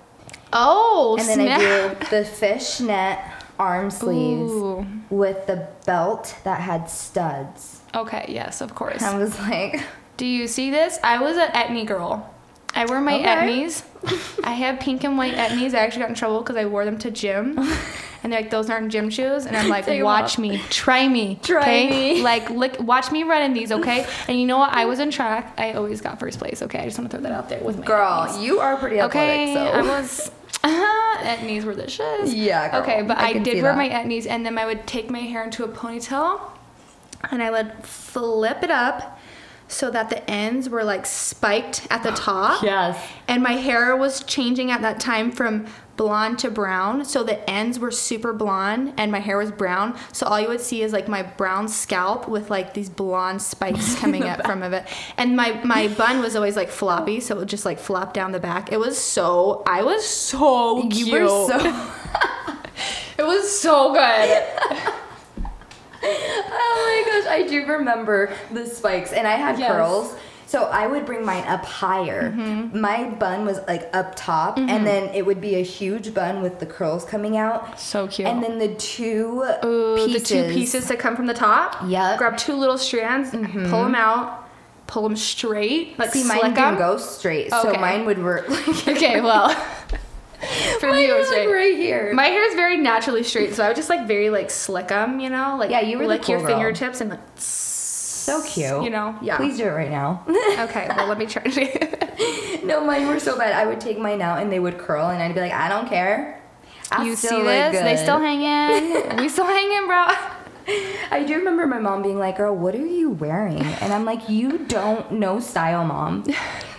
[SPEAKER 1] Oh,
[SPEAKER 2] and then
[SPEAKER 1] snap.
[SPEAKER 2] I do the fishnet arm sleeves
[SPEAKER 1] Ooh.
[SPEAKER 2] with the belt that had studs.
[SPEAKER 1] Okay, yes, of course.
[SPEAKER 2] I was like,
[SPEAKER 1] Do you see this? I was an Etni girl. I wore my
[SPEAKER 2] Okay.
[SPEAKER 1] Etnies. I had pink and white Etnies. I actually got in trouble because I wore them to gym. And they're like, those aren't gym shoes. And I'm like,
[SPEAKER 2] Take 'em
[SPEAKER 1] watch
[SPEAKER 2] off."
[SPEAKER 1] me. Try me.
[SPEAKER 2] Try
[SPEAKER 1] okay?
[SPEAKER 2] me.
[SPEAKER 1] Like, lick, watch me run in these, okay? And you know what? I was in track. I always got first place, okay? I just want to throw that out there with my
[SPEAKER 2] girl,
[SPEAKER 1] Etnies.
[SPEAKER 2] you are pretty
[SPEAKER 1] Okay, I
[SPEAKER 2] athletic, so.
[SPEAKER 1] was. Uh-huh, Etnies were the shiz.
[SPEAKER 2] Yeah, girl,
[SPEAKER 1] Okay, but
[SPEAKER 2] I
[SPEAKER 1] I,
[SPEAKER 2] can see
[SPEAKER 1] did wear
[SPEAKER 2] that.
[SPEAKER 1] my Etnies, and then I would take my hair into a ponytail, and I would flip it up so that the ends were like spiked at the top.
[SPEAKER 2] Yes.
[SPEAKER 1] And my hair was changing at that time from blonde to brown, so the ends were super blonde, and my hair was brown. So all you would see is like my brown scalp with like these blonde spikes coming up from of it. And my my bun was always like floppy, so it would just like flop down the back. It was so I was so cute.
[SPEAKER 2] You were so.
[SPEAKER 1] It was so good.
[SPEAKER 2] Oh my gosh, I do remember the spikes, and I had
[SPEAKER 1] Yes.
[SPEAKER 2] curls. So I would bring mine up higher.
[SPEAKER 1] Mm-hmm.
[SPEAKER 2] My bun was like up top, and then it would be a huge bun with the curls coming out.
[SPEAKER 1] So Mm-hmm. cute.
[SPEAKER 2] And then the two
[SPEAKER 1] Ooh,
[SPEAKER 2] pieces.
[SPEAKER 1] the two pieces that come from the top.
[SPEAKER 2] Yep.
[SPEAKER 1] Grab two little strands, pull them out, pull them straight. Like
[SPEAKER 2] Mm-hmm. See, mine
[SPEAKER 1] slick
[SPEAKER 2] didn't
[SPEAKER 1] 'em.
[SPEAKER 2] go straight,
[SPEAKER 1] Okay.
[SPEAKER 2] so mine would work like
[SPEAKER 1] Okay, well, for me it was
[SPEAKER 2] like
[SPEAKER 1] straight.
[SPEAKER 2] right here.
[SPEAKER 1] My hair is very naturally straight, so I would just like very like slick them, you know, like
[SPEAKER 2] Yeah, you were the
[SPEAKER 1] lick your
[SPEAKER 2] cool girl.
[SPEAKER 1] fingertips and like
[SPEAKER 2] so
[SPEAKER 1] so
[SPEAKER 2] cute.
[SPEAKER 1] you know, yeah.
[SPEAKER 2] Please do it right now.
[SPEAKER 1] Okay, well let me try.
[SPEAKER 2] no, mine were so bad. I would take mine out, and they would curl, and I'd be like, I don't care. I
[SPEAKER 1] you
[SPEAKER 2] still
[SPEAKER 1] see
[SPEAKER 2] look
[SPEAKER 1] this? They
[SPEAKER 2] good."
[SPEAKER 1] still hanging. we still hanging, bro.
[SPEAKER 2] I do remember my mom being like, "Girl, what are you wearing?" And I'm like, "You don't know style, mom.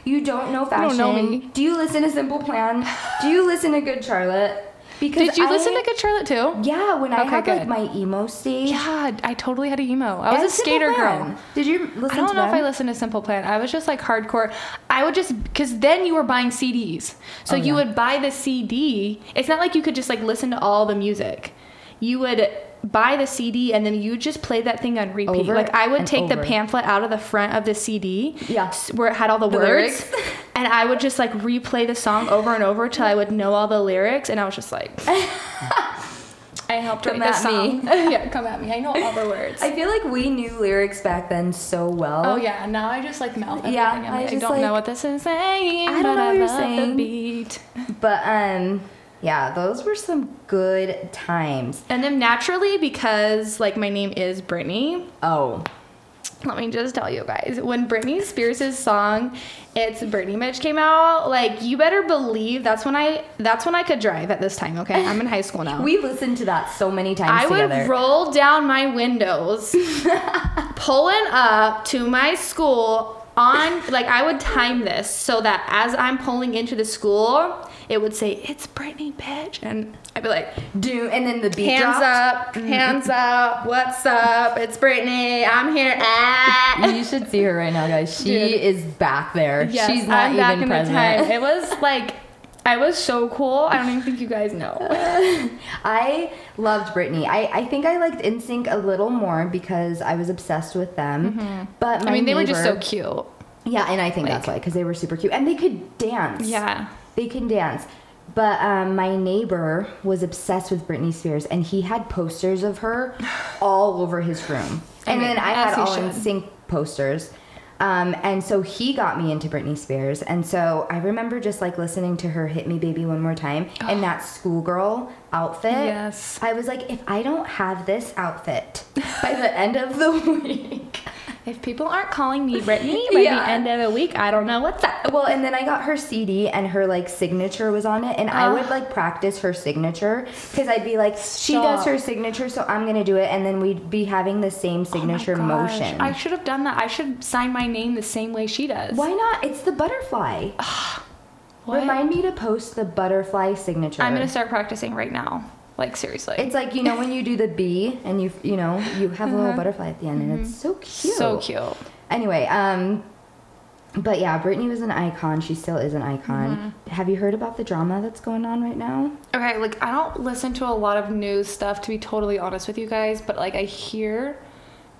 [SPEAKER 2] You don't know fashion.
[SPEAKER 1] don't know me."
[SPEAKER 2] Do you listen to Simple Plan? Do you listen to Good Charlotte? Because
[SPEAKER 1] Did you
[SPEAKER 2] I-
[SPEAKER 1] listen to Good Charlotte too?
[SPEAKER 2] Yeah, when I
[SPEAKER 1] Okay,
[SPEAKER 2] had like
[SPEAKER 1] good.
[SPEAKER 2] my emo stage.
[SPEAKER 1] Yeah, I totally had an emo. I was a
[SPEAKER 2] and Simple
[SPEAKER 1] skater
[SPEAKER 2] Plan.
[SPEAKER 1] girl.
[SPEAKER 2] Did you listen?
[SPEAKER 1] I don't
[SPEAKER 2] to
[SPEAKER 1] know if I
[SPEAKER 2] them?
[SPEAKER 1] listened to Simple Plan. I was just like hardcore. I would just because then you were buying CDs, so
[SPEAKER 2] Oh,
[SPEAKER 1] you would buy the CD. It's not like you could just like listen to all the music. You would buy the CD and then you just play that thing on repeat.
[SPEAKER 2] Over
[SPEAKER 1] like I would
[SPEAKER 2] and
[SPEAKER 1] take the
[SPEAKER 2] over.
[SPEAKER 1] pamphlet out of the front of the CD,
[SPEAKER 2] Yeah.
[SPEAKER 1] s- where it had all the, words,
[SPEAKER 2] lyrics.
[SPEAKER 1] and I would just like replay the song over and over till I would know all the lyrics, and I was just like. I helped
[SPEAKER 2] Come
[SPEAKER 1] write this
[SPEAKER 2] at
[SPEAKER 1] song.
[SPEAKER 2] me.
[SPEAKER 1] yeah, come at me. I know all the words.
[SPEAKER 2] I feel like we knew lyrics back then so well.
[SPEAKER 1] Oh yeah, now I just like mouth everything.
[SPEAKER 2] Yeah,
[SPEAKER 1] I'm
[SPEAKER 2] I
[SPEAKER 1] like, I
[SPEAKER 2] just,
[SPEAKER 1] don't know
[SPEAKER 2] like-
[SPEAKER 1] what this is saying.
[SPEAKER 2] I don't
[SPEAKER 1] but
[SPEAKER 2] know
[SPEAKER 1] I
[SPEAKER 2] what you're
[SPEAKER 1] love The
[SPEAKER 2] saying.
[SPEAKER 1] beat.
[SPEAKER 2] But um, yeah, those were some good times.
[SPEAKER 1] And then naturally, because like my name is Brittany,
[SPEAKER 2] Oh,
[SPEAKER 1] let me just tell you guys, when Britney Spears' song "It's Britney Bitch" came out, like you better believe that's when I that's when I could drive at this time. Okay, I'm in high school now.
[SPEAKER 2] we listened to that so many times
[SPEAKER 1] I
[SPEAKER 2] together.
[SPEAKER 1] would roll down my windows, pulling up to my school on like I would time this so that as I'm pulling into the school, it would say it's Britney bitch, and I'd be like,
[SPEAKER 2] Do and then the beat
[SPEAKER 1] hands
[SPEAKER 2] dropped.
[SPEAKER 1] up, hands up, what's up? It's Britney, I'm here. Ah.
[SPEAKER 2] You should see her right now, guys. She
[SPEAKER 1] Dude.
[SPEAKER 2] is back there.
[SPEAKER 1] Yes,
[SPEAKER 2] She's not
[SPEAKER 1] I'm
[SPEAKER 2] even
[SPEAKER 1] back in
[SPEAKER 2] present.
[SPEAKER 1] the time. It was like. I was so cool. I don't even think you guys know.
[SPEAKER 2] I loved Britney. I, I think I liked NSYNC a little more because I was obsessed with them. But my
[SPEAKER 1] Mm-hmm. I mean, they were just so
[SPEAKER 2] neighbor-
[SPEAKER 1] cute.
[SPEAKER 2] Yeah, and I think that's why because they were super cute and they could dance.
[SPEAKER 1] Yeah.
[SPEAKER 2] they can dance. But um, my neighbor was obsessed with Britney Spears, and he had posters of her all over his room.
[SPEAKER 1] I
[SPEAKER 2] and
[SPEAKER 1] mean,
[SPEAKER 2] then I
[SPEAKER 1] as
[SPEAKER 2] had
[SPEAKER 1] he
[SPEAKER 2] all
[SPEAKER 1] should.
[SPEAKER 2] in sync posters. Um, and so he got me into Britney Spears. And so I remember just like listening to her Hit Me Baby One More Time and that schoolgirl outfit.
[SPEAKER 1] Yes.
[SPEAKER 2] I was like, if I don't have this outfit by the end of the week,
[SPEAKER 1] If people aren't calling me Brittany by
[SPEAKER 2] Yeah.
[SPEAKER 1] the end of the week, I don't know what's up.
[SPEAKER 2] Well, and then I got her CD and her like signature was on it, and I
[SPEAKER 1] Ah.
[SPEAKER 2] would like practice her signature because I'd be like, she does
[SPEAKER 1] Stop.
[SPEAKER 2] her signature, so I'm gonna do it, and then we'd be having the same signature
[SPEAKER 1] Oh my gosh,
[SPEAKER 2] motion.
[SPEAKER 1] I should have done that. I should sign my name the same way she does.
[SPEAKER 2] Why not? It's the butterfly.
[SPEAKER 1] What?
[SPEAKER 2] Remind me to post the butterfly signature.
[SPEAKER 1] I'm gonna start practicing right now. Like seriously,
[SPEAKER 2] It's like you know when you do the B and you you know you have a little butterfly at the end, and it's so cute.
[SPEAKER 1] Mm-hmm. so cute.
[SPEAKER 2] Anyway, um, but yeah, Britney was an icon. She still is an icon.
[SPEAKER 1] Mm-hmm.
[SPEAKER 2] Have you heard about the drama that's going on right now?
[SPEAKER 1] Okay, like I don't listen to a lot of news stuff to be totally honest with you guys, but like I hear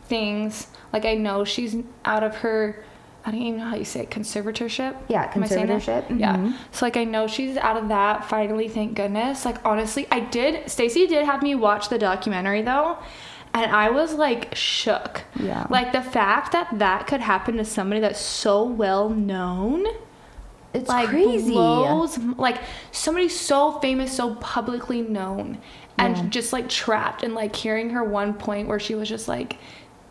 [SPEAKER 1] things. Like I know she's out of her. I don't even know how you say it. Conservatorship.
[SPEAKER 2] Yeah,
[SPEAKER 1] Am I saying that?
[SPEAKER 2] conservatorship, mhm.
[SPEAKER 1] Yeah. So like I know she's out of that finally. Thank goodness. Like honestly, I did. Stacey did have me watch the documentary though, and I was like shook.
[SPEAKER 2] Yeah.
[SPEAKER 1] Like the fact that that could happen to somebody that's so well known
[SPEAKER 2] It's
[SPEAKER 1] like
[SPEAKER 2] crazy.
[SPEAKER 1] blows like somebody so famous so publicly known and just like trapped and like hearing her one point where she was just like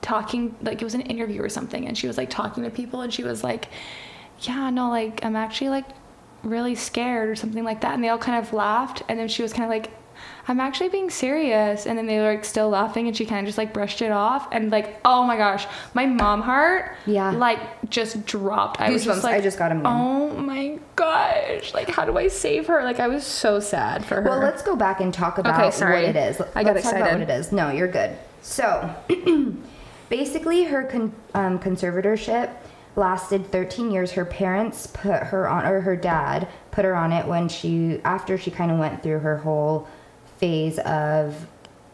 [SPEAKER 1] talking like it was an interview or something and she was like talking to people and she was like yeah no like i'm actually like really scared or something like that and they all kind of laughed and then she was kind of like i'm actually being serious and then they were like still laughing and she kind of just like brushed it off and like oh my gosh my mom heart
[SPEAKER 2] Yeah.
[SPEAKER 1] like just dropped I was
[SPEAKER 2] Goosebumps.
[SPEAKER 1] just like,
[SPEAKER 2] I just got 'em again.
[SPEAKER 1] Oh my gosh! Like, how do I save her? Like, I was so sad for her.
[SPEAKER 2] Well, let's go back and talk about
[SPEAKER 1] sorry.
[SPEAKER 2] what it is.
[SPEAKER 1] I got
[SPEAKER 2] Let's talk about
[SPEAKER 1] excited.
[SPEAKER 2] what it is. No, you're good. So, basically, her con- um, conservatorship lasted 13 years. Her parents put her on, or her dad put her on it when she, after she kind of went through her whole phase of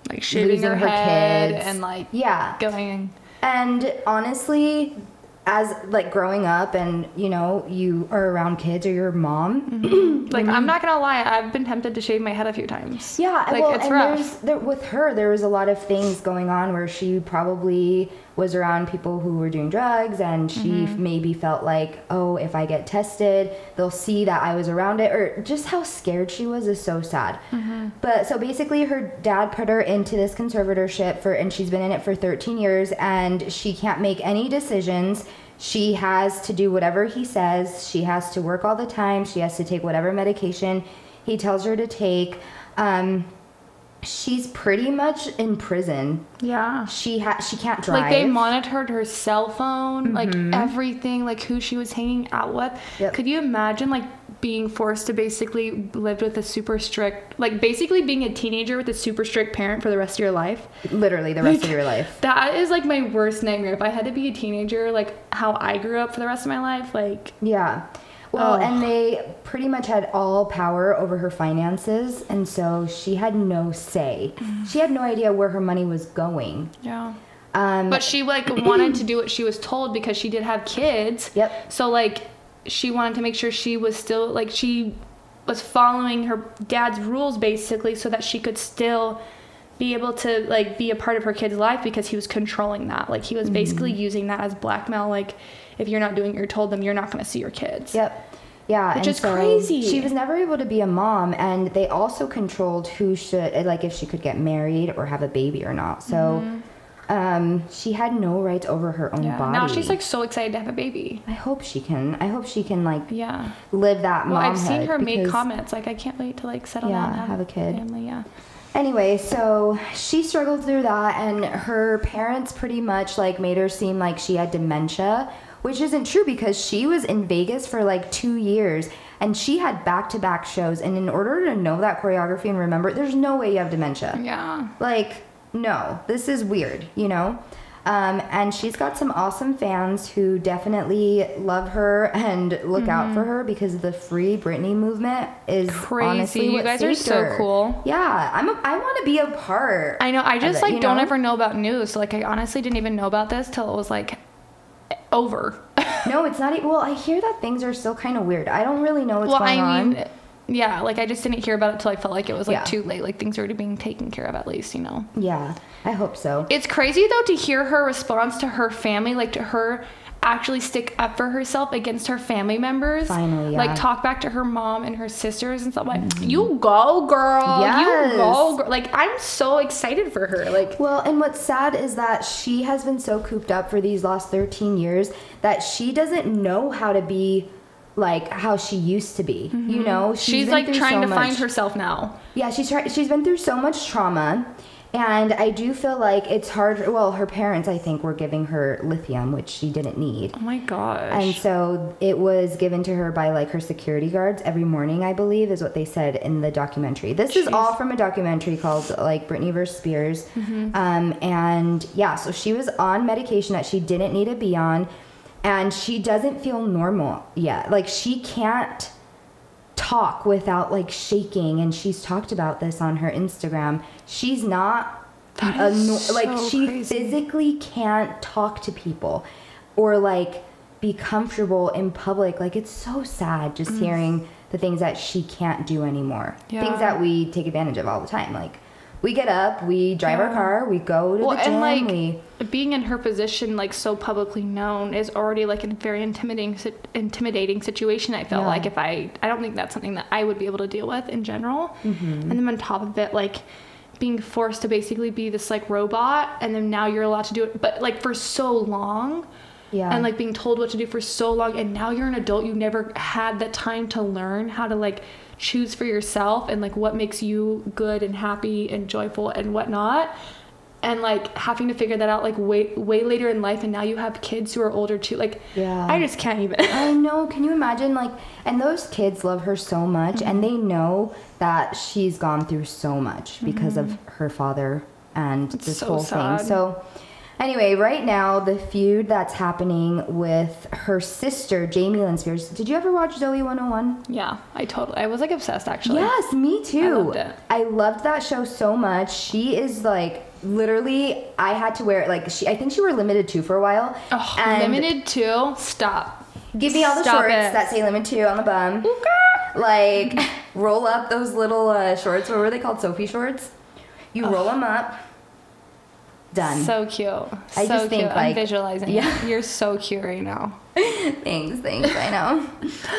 [SPEAKER 1] like shaving
[SPEAKER 2] losing
[SPEAKER 1] her,
[SPEAKER 2] her
[SPEAKER 1] head
[SPEAKER 2] kids.
[SPEAKER 1] and like
[SPEAKER 2] yeah,
[SPEAKER 1] going.
[SPEAKER 2] And honestly, as like growing up and you know, you are around kids or your mom,
[SPEAKER 1] Mm-hmm. Like, I'm not gonna lie, I've been tempted to shave my head a few times.
[SPEAKER 2] Yeah,
[SPEAKER 1] like
[SPEAKER 2] well,
[SPEAKER 1] it's
[SPEAKER 2] and
[SPEAKER 1] rough.
[SPEAKER 2] there's there, with her, there was a lot of things going on where she probably was around people who were doing drugs, and she f- maybe felt like, oh, if I get tested, they'll see that I was around it, or just how scared she was is so sad. But so basically, her dad put her into this conservatorship for, and she's been in it for 13 years, and she can't make any decisions. She has to do whatever he says. She has to work all the time. She has to take whatever medication he tells her to take. Um, she's pretty much in prison.
[SPEAKER 1] yeah.
[SPEAKER 2] She ha- she can't drive.
[SPEAKER 1] Like they monitored her cell phone, like everything, like who she was hanging out with.
[SPEAKER 2] Mm-hmm. Yep.
[SPEAKER 1] Could you imagine like being forced to basically live with a super strict, like basically being a teenager with a super strict parent for the rest of your life?
[SPEAKER 2] literally the rest of your life.
[SPEAKER 1] That is like my worst nightmare. If I had to be a teenager, like how I grew up for the rest of my life, like
[SPEAKER 2] Yeah. Well,
[SPEAKER 1] Oh.
[SPEAKER 2] and they pretty much had all power over her finances, and so she had no say.
[SPEAKER 1] Mm.
[SPEAKER 2] She had no idea where her money was going.
[SPEAKER 1] yeah.
[SPEAKER 2] Um,
[SPEAKER 1] But she like wanted to do what she was told because she did have kids.
[SPEAKER 2] Yep.
[SPEAKER 1] So like she wanted to make sure she was still like she was following her dad's rules basically so that she could still be able to like be a part of her kid's life because he was controlling that. Like he was basically using that as blackmail like if you're not doing what you're told them you're not going to see your kids.
[SPEAKER 2] Yep. Yeah,
[SPEAKER 1] Which
[SPEAKER 2] and
[SPEAKER 1] is crazy.
[SPEAKER 2] She was never able to be a mom, and they also controlled who should, like, if she could get married or have a baby or not. So, um, she had no rights over her own
[SPEAKER 1] Mm-hmm. Yeah.
[SPEAKER 2] body.
[SPEAKER 1] Now she's like so excited to have a baby.
[SPEAKER 2] I hope she can. I hope she can like
[SPEAKER 1] Yeah.
[SPEAKER 2] live that
[SPEAKER 1] Well, Oh, I've seen
[SPEAKER 2] momhood
[SPEAKER 1] her make
[SPEAKER 2] because-
[SPEAKER 1] comments like I can't wait to like settle down,
[SPEAKER 2] Yeah,
[SPEAKER 1] and
[SPEAKER 2] have a kid.
[SPEAKER 1] family. Yeah,
[SPEAKER 2] Anyway, so she struggled through that, and her parents pretty much like made her seem like she had dementia, which isn't true because she was in Vegas for like two years and she had back to back shows. And in order to know that choreography and remember, it, there's no way you have dementia.
[SPEAKER 1] yeah.
[SPEAKER 2] Like, no, this is weird, you know? Um, and she's got some awesome fans who definitely love her and look out for her because the free Britney movement is
[SPEAKER 1] Mm-hmm. Crazy.
[SPEAKER 2] Honestly
[SPEAKER 1] You
[SPEAKER 2] what
[SPEAKER 1] guys are
[SPEAKER 2] saved
[SPEAKER 1] so
[SPEAKER 2] her.
[SPEAKER 1] cool.
[SPEAKER 2] Yeah, I'm. A, I want to be a part.
[SPEAKER 1] I know. I
[SPEAKER 2] of
[SPEAKER 1] just
[SPEAKER 2] it,
[SPEAKER 1] like
[SPEAKER 2] you
[SPEAKER 1] don't
[SPEAKER 2] know?
[SPEAKER 1] ever know about news. Like I honestly didn't even know about this till it was like over.
[SPEAKER 2] No, it's not. e- Well, I hear that things are still kind of weird. I don't really know what's
[SPEAKER 1] well,
[SPEAKER 2] going
[SPEAKER 1] I mean,
[SPEAKER 2] on.
[SPEAKER 1] yeah. Like I just didn't hear about it till I felt like it was like
[SPEAKER 2] Yeah.
[SPEAKER 1] too late. Like things were already being taken care of. At least you know.
[SPEAKER 2] Yeah, I hope so.
[SPEAKER 1] It's crazy though to hear her response to her family, like to her actually stick up for herself against her family members.
[SPEAKER 2] Finally, yeah. Mm-hmm.
[SPEAKER 1] Like talk back to her mom and her sisters and stuff like you go girl.
[SPEAKER 2] Yes.
[SPEAKER 1] You go girl. Like I'm so excited for her. Like
[SPEAKER 2] Well, and what's sad is that she has been so cooped up for these last 13 years that she doesn't know how to be like how she used to be. You know,
[SPEAKER 1] Mm-hmm. she's
[SPEAKER 2] been
[SPEAKER 1] like
[SPEAKER 2] through
[SPEAKER 1] trying
[SPEAKER 2] so
[SPEAKER 1] to find
[SPEAKER 2] much-
[SPEAKER 1] herself now.
[SPEAKER 2] Yeah, she's try- she's been through so much trauma. And I do feel like it's hard. Well, her parents, I think, were giving her lithium, which she didn't need.
[SPEAKER 1] Oh my gosh.
[SPEAKER 2] And so it was given to her by like her security guards every morning, I believe, is what they said in the documentary. This is
[SPEAKER 1] Jeez.
[SPEAKER 2] all from a documentary called like Britney vs. Spears.
[SPEAKER 1] Mm-hmm.
[SPEAKER 2] Um, and yeah, so she was on medication that she didn't need to be on, and she doesn't feel normal yet. Like she can't talk without like shaking and she's talked about this on her Instagram. She's not
[SPEAKER 1] That is
[SPEAKER 2] a nor- like
[SPEAKER 1] so
[SPEAKER 2] she
[SPEAKER 1] crazy.
[SPEAKER 2] physically can't talk to people or like be comfortable in public. Like it's so sad
[SPEAKER 1] Mm.
[SPEAKER 2] just hearing the things that she can't do anymore.
[SPEAKER 1] Yeah.
[SPEAKER 2] Things that we take advantage of all the time. Like we get up, we drive our
[SPEAKER 1] Yeah.
[SPEAKER 2] car, we go to
[SPEAKER 1] well,
[SPEAKER 2] the gym,
[SPEAKER 1] and like
[SPEAKER 2] we
[SPEAKER 1] being in her position, like so publicly known, is already like a very intimidating, si- intimidating situation. I feel
[SPEAKER 2] Yeah.
[SPEAKER 1] like if I, I don't think that's something that I would be able to deal with in general.
[SPEAKER 2] Mm-hmm.
[SPEAKER 1] And then on top of it, like being forced to basically be this like robot, and then now you're allowed to do it, but like for so long.
[SPEAKER 2] Yeah.
[SPEAKER 1] And like being told what to do for so long, and now you're an adult. You never had the time to learn how to like choose for yourself and like what makes you good and happy and joyful and whatnot and like having to figure that out like way way later in life and now you have kids who are older too like
[SPEAKER 2] Yeah.
[SPEAKER 1] i just can't even
[SPEAKER 2] I know. Can you imagine? Like, and those kids love her so much, and
[SPEAKER 1] Mm-hmm.
[SPEAKER 2] they know that she's gone through so much because of her father and
[SPEAKER 1] Mm-hmm. It's
[SPEAKER 2] this
[SPEAKER 1] so
[SPEAKER 2] whole
[SPEAKER 1] sad.
[SPEAKER 2] thing. So, anyway, right now the feud that's happening with her sister Jamie Lynn Spears. Did you ever watch Zoe 101?
[SPEAKER 1] yeah i totally i was like obsessed actually
[SPEAKER 2] Yes, me too.
[SPEAKER 1] loved it.
[SPEAKER 2] I loved that show so much. She is like literally. I had to wear it. Like she, I think she wore limited two for a while.
[SPEAKER 1] oh,
[SPEAKER 2] and
[SPEAKER 1] limited to stop
[SPEAKER 2] Give me all the
[SPEAKER 1] Stop
[SPEAKER 2] shorts
[SPEAKER 1] it.
[SPEAKER 2] that say lemon two on the bum. Like, roll up those little uh, shorts. What were they called? Sophie shorts. You roll them up. Done.
[SPEAKER 1] so cute so
[SPEAKER 2] just
[SPEAKER 1] cute
[SPEAKER 2] think,
[SPEAKER 1] i'm
[SPEAKER 2] like-
[SPEAKER 1] visualizing
[SPEAKER 2] Yeah.
[SPEAKER 1] it. you're so cute right now
[SPEAKER 2] thanks, thanks. I know.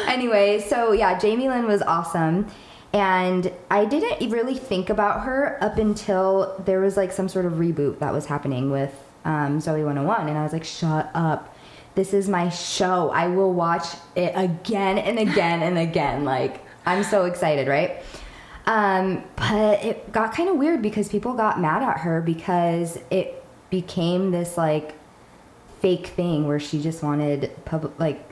[SPEAKER 2] anyway, so yeah, Jamie Lynn was awesome. And I didn't really think about her up until there was like some sort of reboot that was happening with um, Zoe 101. And I was like, shut up. This is my show. I will watch it again and again and again. Like, I'm so excited, right? Um, but it got kind of weird because people got mad at her because it became this like fake thing where she just wanted pub- like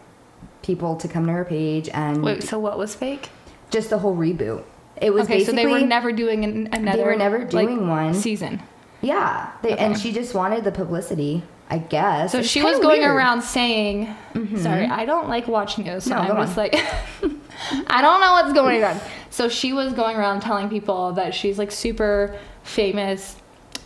[SPEAKER 2] people to come to her page and
[SPEAKER 1] wait so what was fake
[SPEAKER 2] just the whole reboot. It was
[SPEAKER 1] okay so
[SPEAKER 2] basically
[SPEAKER 1] they were never doing an, another
[SPEAKER 2] were never
[SPEAKER 1] like,
[SPEAKER 2] doing one.
[SPEAKER 1] season
[SPEAKER 2] yeah, they, and
[SPEAKER 1] Okay.
[SPEAKER 2] she just wanted the publicity, I guess.
[SPEAKER 1] so
[SPEAKER 2] It's
[SPEAKER 1] she
[SPEAKER 2] kinda
[SPEAKER 1] was going
[SPEAKER 2] weird. Mm-hmm.
[SPEAKER 1] around saying sorry i don't like watching news so
[SPEAKER 2] No,
[SPEAKER 1] i'm
[SPEAKER 2] go
[SPEAKER 1] just
[SPEAKER 2] on.
[SPEAKER 1] like i don't know what's going on so she was going around telling people that she's like super famous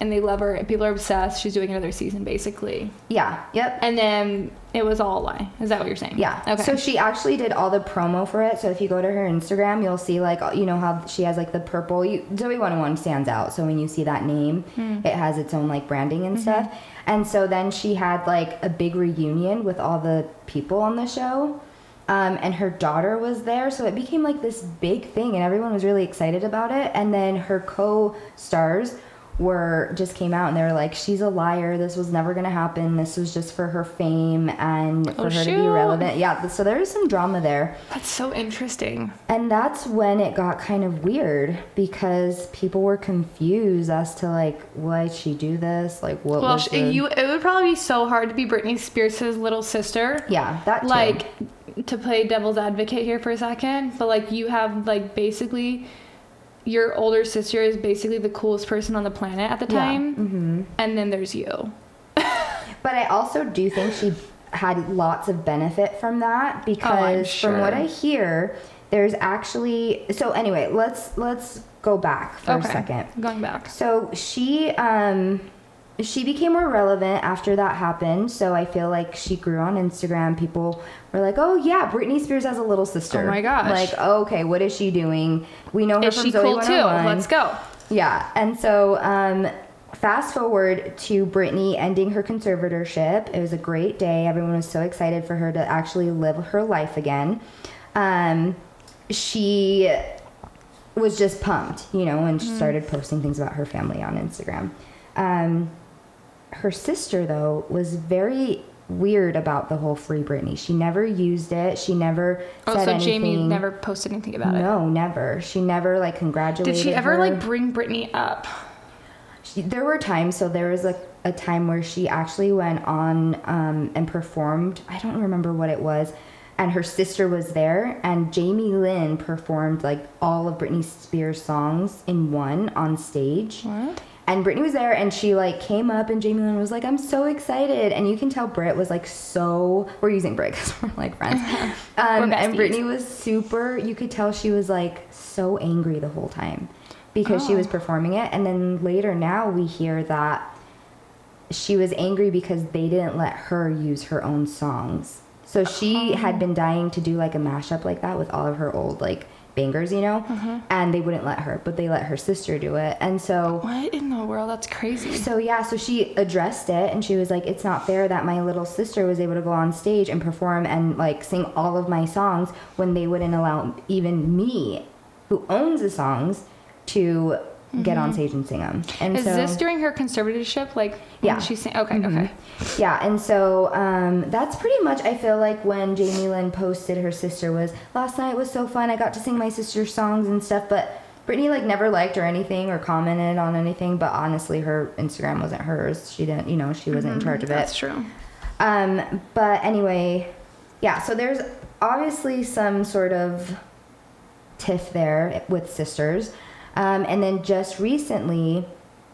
[SPEAKER 1] and they love her and people are obsessed she's doing another season basically
[SPEAKER 2] Yeah, yep.
[SPEAKER 1] and then it was all a lie is that what you're saying
[SPEAKER 2] Yeah.
[SPEAKER 1] okay
[SPEAKER 2] So she actually did all the promo for it. So if you go to her Instagram, you'll see like all- you know how she has like the purple. You, Zoe 101 stands out. So when you see that name, it has its own like branding and stuff. And so then she had like a big reunion with all the people on the show. Um, and her daughter was there, so it became like this big thing, and everyone was really excited about it. And then her co-stars were just came out and they were like, "She's a liar. This was never gonna happen. This was just for her fame and for
[SPEAKER 1] Oh,
[SPEAKER 2] her to be
[SPEAKER 1] shoot.
[SPEAKER 2] relevant." But yeah, th- so there was some drama there.
[SPEAKER 1] that's so interesting
[SPEAKER 2] And that's when it got kind of weird because people were confused as to like why'd she do this? Like what
[SPEAKER 1] well
[SPEAKER 2] was
[SPEAKER 1] sh
[SPEAKER 2] the-
[SPEAKER 1] you it would probably be so hard to be britney spears' little sister
[SPEAKER 2] Yeah, that too.
[SPEAKER 1] like to play devil's advocate here for a second but like you have like basically your older sister is basically the coolest person on the planet at the
[SPEAKER 2] Yeah, Mm-hmm.
[SPEAKER 1] time and then there's you
[SPEAKER 2] But I also do think she had lots of benefit from that
[SPEAKER 1] Oh, I'm
[SPEAKER 2] because from what
[SPEAKER 1] sure.
[SPEAKER 2] I hear, there's actually so anyway, let's let's go back for a second.
[SPEAKER 1] going back
[SPEAKER 2] So she um she became more relevant after that happened. So I feel like she grew on Instagram. People were like, "Oh yeah, Britney Spears has a little sister."
[SPEAKER 1] Oh my gosh.
[SPEAKER 2] Like, okay, what is she doing? We know her
[SPEAKER 1] is
[SPEAKER 2] from
[SPEAKER 1] she
[SPEAKER 2] Zoe
[SPEAKER 1] cool too
[SPEAKER 2] 101.
[SPEAKER 1] let's go
[SPEAKER 2] Yeah, and so um, Fast forward to Brittany ending her conservatorship. It was a great day. Everyone was so excited for her to actually live her life again. Um, she was just pumped, you know, and she
[SPEAKER 1] Mm-hmm.
[SPEAKER 2] started posting things about her family on Instagram. Um, her sister, though, was very weird about the whole Free Britney. She never used it. She never
[SPEAKER 1] Oh,
[SPEAKER 2] said
[SPEAKER 1] so
[SPEAKER 2] anything.
[SPEAKER 1] Jamie never posted anything about it.
[SPEAKER 2] No, never. She never like congratulated.
[SPEAKER 1] Did she ever
[SPEAKER 2] her.
[SPEAKER 1] like bring Brittany up?
[SPEAKER 2] She, there were times. So there was like a time where she actually went on um, and performed. I don't remember what it was. And her sister was there, and Jamie Lynn performed like all of Britney Spears' songs in one on stage.
[SPEAKER 1] What?
[SPEAKER 2] And Brittany was there, and she like came up, and Jamie Lynn was like, "I'm so excited," and you can tell Britt was like so. We're using Britt because we're like friends. Um,
[SPEAKER 1] We're
[SPEAKER 2] and
[SPEAKER 1] besties.
[SPEAKER 2] Brittany was super. You could tell she was like so angry the whole time because she
[SPEAKER 1] Oh.
[SPEAKER 2] was performing it, and then later now we hear that she was angry because they didn't let her use her own songs. So she had been dying to do like a mashup like that with all of her old like bangers, you know,
[SPEAKER 1] Mm-hmm.
[SPEAKER 2] and they wouldn't let her, but they let her sister do it, and so.
[SPEAKER 1] What in the world? That's crazy.
[SPEAKER 2] So yeah, so she addressed it and she was like, "It's not fair that my little sister was able to go on stage and perform and like sing all of my songs when they wouldn't allow even me, who owns the songs, to get on stage and sing them." And
[SPEAKER 1] Mm-hmm. Is
[SPEAKER 2] so,
[SPEAKER 1] this during her conservatorship? Like,
[SPEAKER 2] Yeah. Mm-hmm.
[SPEAKER 1] yeah, she's saying, okay, okay.
[SPEAKER 2] yeah, and so um, that's pretty much. I feel like when Jamie Lynn posted her sister was last night was so fun. I got to sing my sister's songs and stuff, but. Brittany like never liked or anything or commented on anything, but honestly, her Instagram wasn't hers. She didn't, you know, she wasn't in charge of it.
[SPEAKER 1] Mm-hmm. That's true.
[SPEAKER 2] Um, but anyway, yeah, so there's obviously some sort of tiff there with sisters. Um, and then just recently,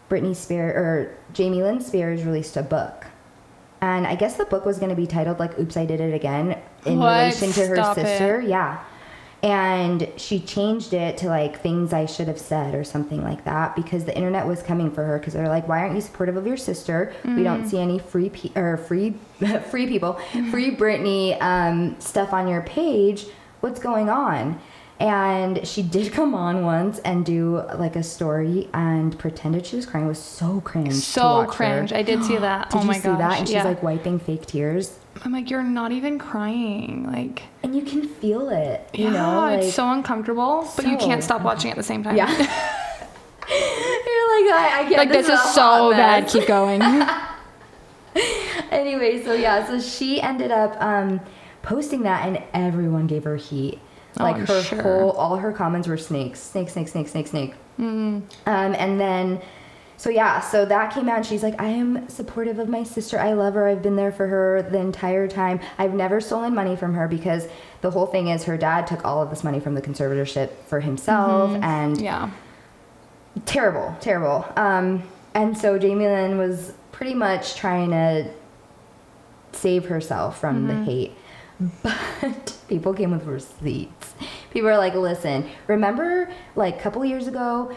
[SPEAKER 2] Britney Spears or Jamie Lynn Spears released a book. And I guess the book was going to be titled like Oops I Did It Again in
[SPEAKER 1] What?
[SPEAKER 2] relation to her
[SPEAKER 1] Stop it.
[SPEAKER 2] sister. Yeah. And she changed it to like things I should have said or something like that because the internet was coming for her because they're like, why aren't you supportive of your sister? We
[SPEAKER 1] Mm.
[SPEAKER 2] don't see any free pe- or free free people, free Britney um, stuff on your page. What's going on? And she did come on once and do like a story and pretended she was crying. It was so cringe. to
[SPEAKER 1] So
[SPEAKER 2] watch her.
[SPEAKER 1] cringe. I did see that.
[SPEAKER 2] Did
[SPEAKER 1] oh
[SPEAKER 2] you
[SPEAKER 1] my
[SPEAKER 2] see
[SPEAKER 1] gosh.
[SPEAKER 2] that? And she's
[SPEAKER 1] yeah.
[SPEAKER 2] like wiping fake tears,
[SPEAKER 1] I'm like, you're not even crying. Like,
[SPEAKER 2] and you can feel it.
[SPEAKER 1] yeah,
[SPEAKER 2] You know, like,
[SPEAKER 1] it's so uncomfortable, but you
[SPEAKER 2] So
[SPEAKER 1] can't stop watching at the same time.
[SPEAKER 2] Yeah. You're like, I, I can't.
[SPEAKER 1] Like, this, is,
[SPEAKER 2] a hot
[SPEAKER 1] so bad.
[SPEAKER 2] mess."
[SPEAKER 1] Keep going.
[SPEAKER 2] anyway, so yeah, so she ended up um, posting that, and everyone gave her heat.
[SPEAKER 1] Oh,
[SPEAKER 2] Like
[SPEAKER 1] I'm
[SPEAKER 2] her
[SPEAKER 1] sure.
[SPEAKER 2] whole, all her comments were snakes, snake, snake, snake, snake, snake.
[SPEAKER 1] Mm-hmm.
[SPEAKER 2] Um, and then, so yeah, so that came out, and she's like, I am supportive of my sister. I love her. I've been there for her the entire time. I've never stolen money from her because the whole thing is her dad took all of this money from the conservatorship for himself,
[SPEAKER 1] Mm-hmm.
[SPEAKER 2] and
[SPEAKER 1] yeah.
[SPEAKER 2] terrible, terrible. Um, and so Jamie Lynn was pretty much trying to save herself from the hate. But people came with receipts. People are like, listen, remember like a couple years ago,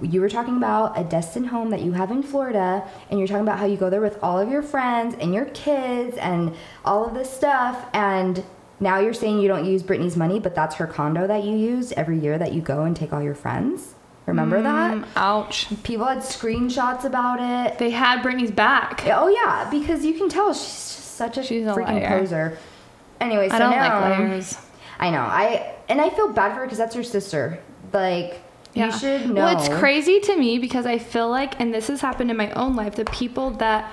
[SPEAKER 2] you were talking about a destined home that you have in Florida, and you're talking about how you go there with all of your friends and your kids and all of this stuff. And now you're saying you don't use Britney's money, but that's her condo that you use every year that you go and take all your friends. Remember that?
[SPEAKER 1] Mm, ouch.
[SPEAKER 2] People had screenshots about it.
[SPEAKER 1] They had Brittany's back.
[SPEAKER 2] Oh yeah, because you can tell she's just such a
[SPEAKER 1] She's a
[SPEAKER 2] freaking
[SPEAKER 1] liar.
[SPEAKER 2] poser. Anyway, so
[SPEAKER 1] I don't
[SPEAKER 2] now
[SPEAKER 1] like liars.
[SPEAKER 2] I know I and I feel bad for her because that's her sister. Like you should know.
[SPEAKER 1] Well, it's crazy to me because I feel like, and this has happened in my own life, the people that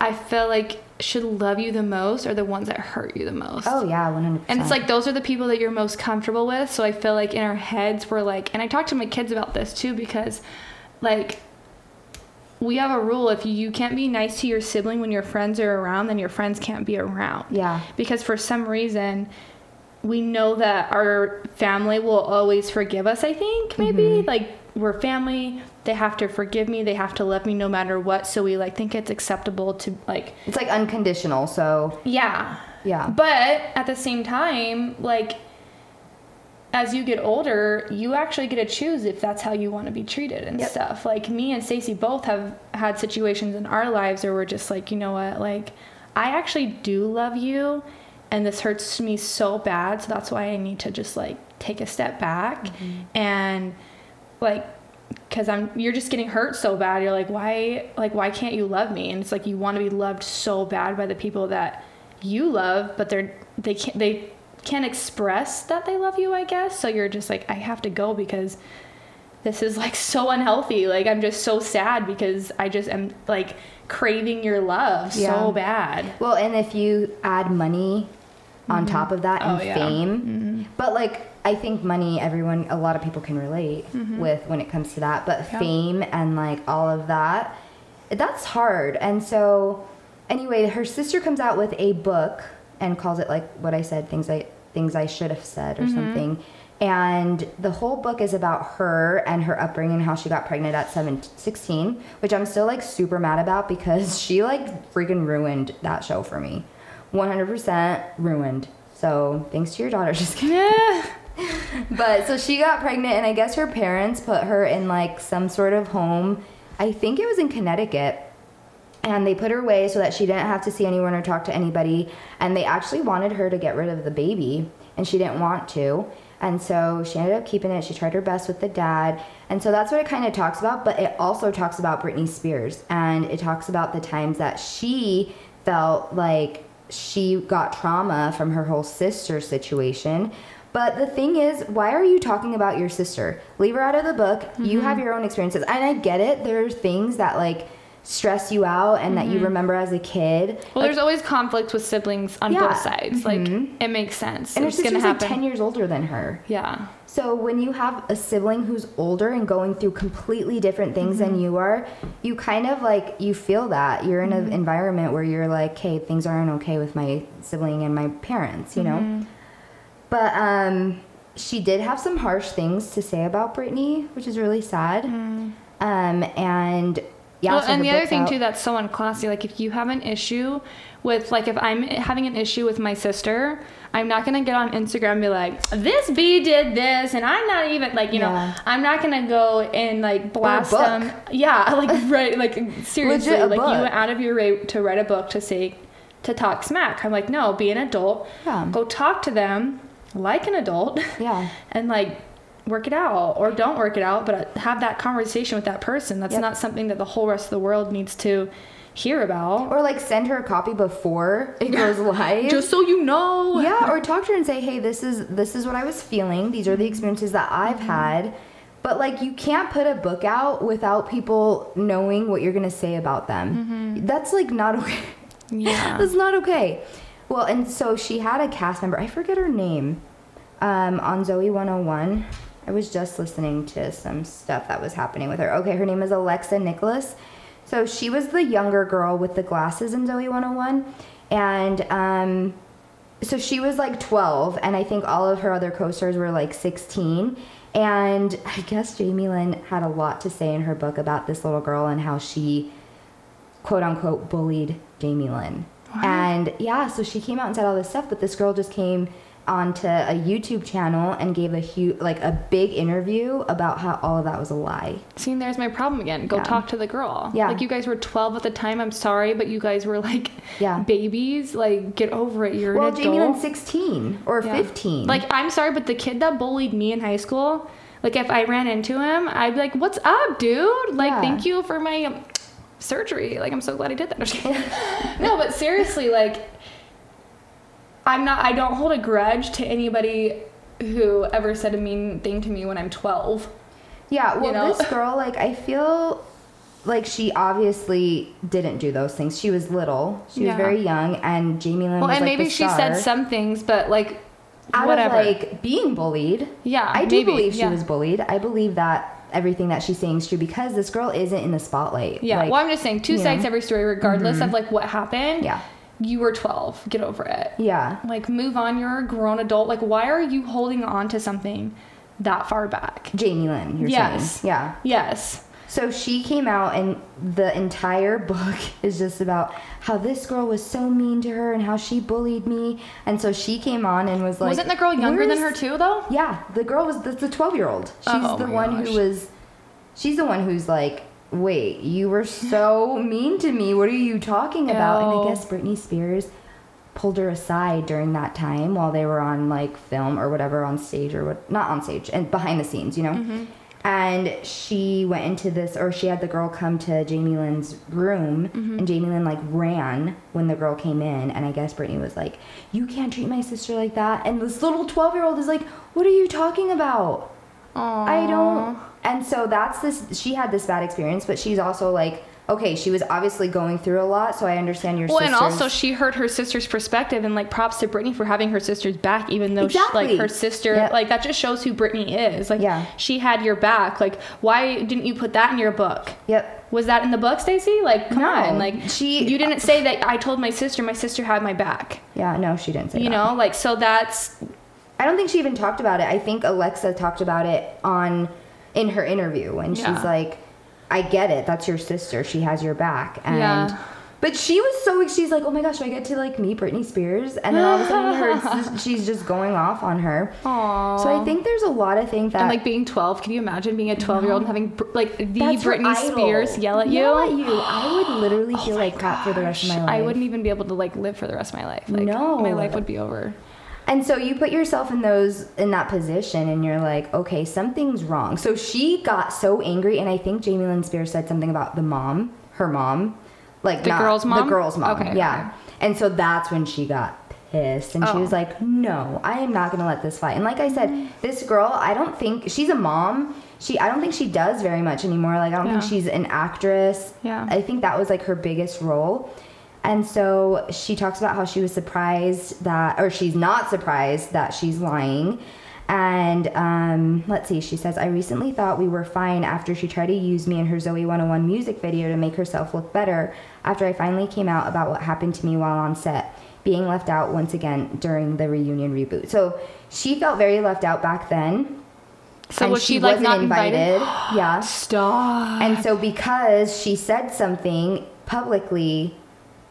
[SPEAKER 1] I feel like should love you the most are the ones that hurt you the most.
[SPEAKER 2] Oh yeah, one hundred.
[SPEAKER 1] And it's like those are the people that you're most comfortable with. So I feel like in our heads we're like, and I talk to my kids about this too because, like, we have a rule: if you can't be nice to your sibling when your friends are around, then your friends can't be around.
[SPEAKER 2] Yeah.
[SPEAKER 1] Because for some reason, we know that our family will always forgive us. I think maybe like we're family. They have to forgive me. They have to love me no matter what. So we like think it's acceptable to like
[SPEAKER 2] it's like unconditional. So
[SPEAKER 1] yeah.
[SPEAKER 2] Yeah.
[SPEAKER 1] But at the same time, like as you get older, you actually get to choose if that's how you want to be treated and
[SPEAKER 2] Yep.
[SPEAKER 1] stuff. Like me and Stacy both have had situations in our lives where we're just like, you know what, like I actually do love you and this hurts me so
[SPEAKER 2] Mm-hmm.
[SPEAKER 1] bad, so that's why I need to just like take a step back and like because I'm you're just getting hurt so bad. You're like, why like why can't you love me? And it's like you want to be loved so bad by the people that you love, but they're they can't they can't express that they love you, I guess. So you're just like, I have to go because this is like so unhealthy. Like I'm just so sad because I just am like craving your love
[SPEAKER 2] Yeah.
[SPEAKER 1] so bad.
[SPEAKER 2] Well, and if you add money on top of that and
[SPEAKER 1] Oh, yeah.
[SPEAKER 2] fame, but like I think money, everyone, a lot of people can relate with when it comes to that. But
[SPEAKER 1] Mm-hmm. Yeah.
[SPEAKER 2] fame and like all of that, that's hard. And so, anyway, her sister comes out with a book and calls it like what I said, things I things I should have said or something. And the whole book is about her and her upbringing, how she got pregnant at 7, 16, which I'm still like super mad about because she like freaking ruined that show for me. 100% ruined. So thanks to your daughter, just kidding. But so she got pregnant, and I guess her parents put her in like some sort of home. I think it was in Connecticut. And they put her away so that she didn't have to see anyone or talk to anybody. And they actually wanted her to get rid of the baby, and she didn't want to. And so she ended up keeping it. She tried her best with the dad. And so that's what it kind of talks about. But it also talks about Britney Spears. And it talks about the times that she felt like she got trauma from her whole sister situation. But the thing is, why are you talking about your sister? Leave her out of the book. You
[SPEAKER 1] Mm-hmm.
[SPEAKER 2] have your own experiences. And I get it. There are things that like stress you out and that you remember as a kid.
[SPEAKER 1] Mm-hmm. Well, there's always conflict with siblings on
[SPEAKER 2] Yeah.
[SPEAKER 1] both sides. Like it makes sense.
[SPEAKER 2] Mm-hmm. And her
[SPEAKER 1] it's gonna
[SPEAKER 2] sister's like
[SPEAKER 1] happen.
[SPEAKER 2] 10 years older than her.
[SPEAKER 1] yeah.
[SPEAKER 2] So when you have a sibling who's older and going through completely different things
[SPEAKER 1] Mm-hmm.
[SPEAKER 2] than you are, you kind of like you feel that you're in
[SPEAKER 1] Mm-hmm.
[SPEAKER 2] an environment where you're like, "Hey, things aren't okay with my sibling and my parents," you
[SPEAKER 1] Mm-hmm.
[SPEAKER 2] know. But um, she did have some harsh things to say about Brittany, which is really sad. Um, and yeah,
[SPEAKER 1] Mm-hmm. well,
[SPEAKER 2] so
[SPEAKER 1] and
[SPEAKER 2] her
[SPEAKER 1] the other
[SPEAKER 2] book's
[SPEAKER 1] thing
[SPEAKER 2] out.
[SPEAKER 1] too that's so unclassy. Like if you have an issue with, like if I'm having an issue with my sister, I'm not gonna get on Instagram and be like, this bee did this, and I'm not even like you
[SPEAKER 2] Yeah.
[SPEAKER 1] know, I'm not gonna go and like blast
[SPEAKER 2] book.
[SPEAKER 1] them. Yeah, like right, like seriously,
[SPEAKER 2] Legit, a
[SPEAKER 1] like you
[SPEAKER 2] book.
[SPEAKER 1] went out of your way to write a book to say to talk smack. I'm like, no, be an adult.
[SPEAKER 2] Yeah.
[SPEAKER 1] Go talk to them like an adult.
[SPEAKER 2] Yeah.
[SPEAKER 1] and like work it out or don't work it out but have that conversation with that person that's
[SPEAKER 2] Yep.
[SPEAKER 1] not something that the whole rest of the world needs to hear about
[SPEAKER 2] or like send her a copy before it goes live.
[SPEAKER 1] just so you know
[SPEAKER 2] yeah or talk to her and say hey this is this is what i was feeling these are the experiences that i've had but like you can't put a book out without people knowing what you're gonna say about them that's like not okay
[SPEAKER 1] Yeah.
[SPEAKER 2] that's not okay well and so she had a cast member i forget her name um, on zoe 101 i was just listening to some stuff that was happening with her okay her name is alexa nicholas so she was the younger girl with the glasses in zoe 101 and um, so she was like 12 and i think all of her other co-stars were like 16 and i guess jamie lynn had a lot to say in her book about this little girl and how she quote unquote bullied jamie lynn and yeah so she came out and said all this stuff but this girl just came onto a youtube channel and gave a huge like a big interview about how all of that was a lie
[SPEAKER 1] seeing there's my problem again go
[SPEAKER 2] Yeah.
[SPEAKER 1] talk to the girl
[SPEAKER 2] Yeah.
[SPEAKER 1] like you guys were 12 at the time i'm sorry but you guys were like
[SPEAKER 2] Yeah.
[SPEAKER 1] babies like get over it you're
[SPEAKER 2] well
[SPEAKER 1] an adult
[SPEAKER 2] jamie lynn's 16 or
[SPEAKER 1] Yeah.
[SPEAKER 2] 15
[SPEAKER 1] Like, I'm sorry, but the kid that bullied me in high school, like, if I ran into him, I'd be like, what's up, dude? Like,
[SPEAKER 2] Yeah.
[SPEAKER 1] thank you for my um, surgery. Like, I'm so glad I did that. I'm just kidding. no, but seriously, like, I'm not, I don't hold a grudge to anybody who ever said a mean thing to me when I'm 12.
[SPEAKER 2] Yeah, well,
[SPEAKER 1] you know?
[SPEAKER 2] this girl, like, I feel like she obviously didn't do those things. She was little, she was
[SPEAKER 1] Yeah.
[SPEAKER 2] very young, and Jamie Lynn
[SPEAKER 1] Well,
[SPEAKER 2] was
[SPEAKER 1] and
[SPEAKER 2] like,
[SPEAKER 1] maybe
[SPEAKER 2] the
[SPEAKER 1] she
[SPEAKER 2] star.
[SPEAKER 1] said some things, but like,
[SPEAKER 2] out
[SPEAKER 1] whatever.
[SPEAKER 2] of like being bullied.
[SPEAKER 1] Yeah,
[SPEAKER 2] I do
[SPEAKER 1] maybe,
[SPEAKER 2] believe she
[SPEAKER 1] yeah.
[SPEAKER 2] was bullied. I believe that everything that she's saying is true because this girl isn't in the spotlight.
[SPEAKER 1] yeah.
[SPEAKER 2] Like,
[SPEAKER 1] well, I'm just saying, two
[SPEAKER 2] you know? Mm-hmm.
[SPEAKER 1] sides to every story, regardless of like what happened.
[SPEAKER 2] Yeah.
[SPEAKER 1] You were 12. Get over it.
[SPEAKER 2] yeah,
[SPEAKER 1] Like, move on. You're a grown adult. Like, why are you holding on to something that far back?
[SPEAKER 2] Jamie Lynn. You're
[SPEAKER 1] Yes.
[SPEAKER 2] saying, yeah.
[SPEAKER 1] Yes.
[SPEAKER 2] So she came out, and the entire book is just about how this girl was so mean to her and how she bullied me. And so she came on and was like,
[SPEAKER 1] Wasn't the girl younger than
[SPEAKER 2] "Where's-
[SPEAKER 1] her, too, though?
[SPEAKER 2] Yeah, the girl was that's the twelve year old. She's
[SPEAKER 1] Oh
[SPEAKER 2] the
[SPEAKER 1] my
[SPEAKER 2] one who
[SPEAKER 1] gosh.
[SPEAKER 2] was. She's the one who's like, wait, you were so mean to me. What are you talking about? And I
[SPEAKER 1] Ew.
[SPEAKER 2] guess Britney Spears pulled her aside during that
[SPEAKER 1] Mm-hmm.
[SPEAKER 2] time while they were on like film or whatever on stage or what not on stage and behind the scenes, you know. And she went into this, or she had the girl come to Jamie Lynn's room,
[SPEAKER 1] Mm-hmm.
[SPEAKER 2] and Jamie Lynn like ran when the girl came in. And I guess Brittany was like, You can't treat my sister like that. And this little 12 year old is like, What are you talking about? I don't. And so that's this. She had this bad experience, but she's also like, okay, she was obviously going through a lot, so I understand your.
[SPEAKER 1] Well, and
[SPEAKER 2] sister's-
[SPEAKER 1] also she heard her sister's perspective, and like props to Brittany for having her sister's back, even though she,
[SPEAKER 2] Exactly.
[SPEAKER 1] like her sister,
[SPEAKER 2] Yep.
[SPEAKER 1] like that just shows who Brittany is. Like,
[SPEAKER 2] Yeah.
[SPEAKER 1] she had your back. Like, why didn't you put that in your book?
[SPEAKER 2] Yep.
[SPEAKER 1] Was that in the book, Stacey? Like, come
[SPEAKER 2] No.
[SPEAKER 1] on, like
[SPEAKER 2] She-
[SPEAKER 1] you didn't say that. I told my sister. My sister had my back.
[SPEAKER 2] Yeah. No, she didn't say.
[SPEAKER 1] You
[SPEAKER 2] that.
[SPEAKER 1] know, like so that's
[SPEAKER 2] I don't think she even talked about it. I think Alexa talked about it on in her interview when
[SPEAKER 1] Yeah.
[SPEAKER 2] she's like, "I get it. That's your sister. She has your back." And
[SPEAKER 1] Yeah.
[SPEAKER 2] but she was so she's like, "Oh my gosh, do I get to like meet Britney Spears?" And then all of a sudden, her sis- she's just going off on her.
[SPEAKER 3] Aww.
[SPEAKER 2] So I think there's a lot of things that
[SPEAKER 3] and like being 12, can you imagine being a 12 year old and having br- like the
[SPEAKER 2] That's your
[SPEAKER 3] Britney
[SPEAKER 2] idol.
[SPEAKER 3] Spears yell at you? Oh
[SPEAKER 2] Yell at you. I would literally feel like that for the rest of my life.
[SPEAKER 3] I wouldn't even be able to like live for the rest of my life. Like,
[SPEAKER 2] No.
[SPEAKER 3] my life would be over.
[SPEAKER 2] And so you put yourself in those in that position and you're like, okay, something's wrong. So she got so angry and I think Jamie Lynn Spears said something about the mom, her mom. Like
[SPEAKER 1] The
[SPEAKER 2] not-
[SPEAKER 1] girl's mom?
[SPEAKER 2] The girl's mom.
[SPEAKER 3] Okay,
[SPEAKER 2] yeah. And so that's when she got pissed and she
[SPEAKER 1] Oh.
[SPEAKER 2] was like, No, I am not gonna let this fly. And like I said, this girl, I don't think she's a mom. She I don't think she does very much anymore. Like I don't think
[SPEAKER 3] Yeah.
[SPEAKER 2] she's an actress.
[SPEAKER 3] Yeah.
[SPEAKER 2] I think that was like her biggest role. And so she talks about how she was surprised that, or she's not surprised that she's lying. And um, let's see, she says, I recently thought we were fine after she tried to use me in her Zoe 101 music video to make herself look better after I finally came out about what happened to me while on set, being left out once again during the reunion reboot. So she felt very left out back then.
[SPEAKER 3] So was she, like not invited?
[SPEAKER 2] yeah.
[SPEAKER 3] Stop.
[SPEAKER 2] And so, because she said something publicly,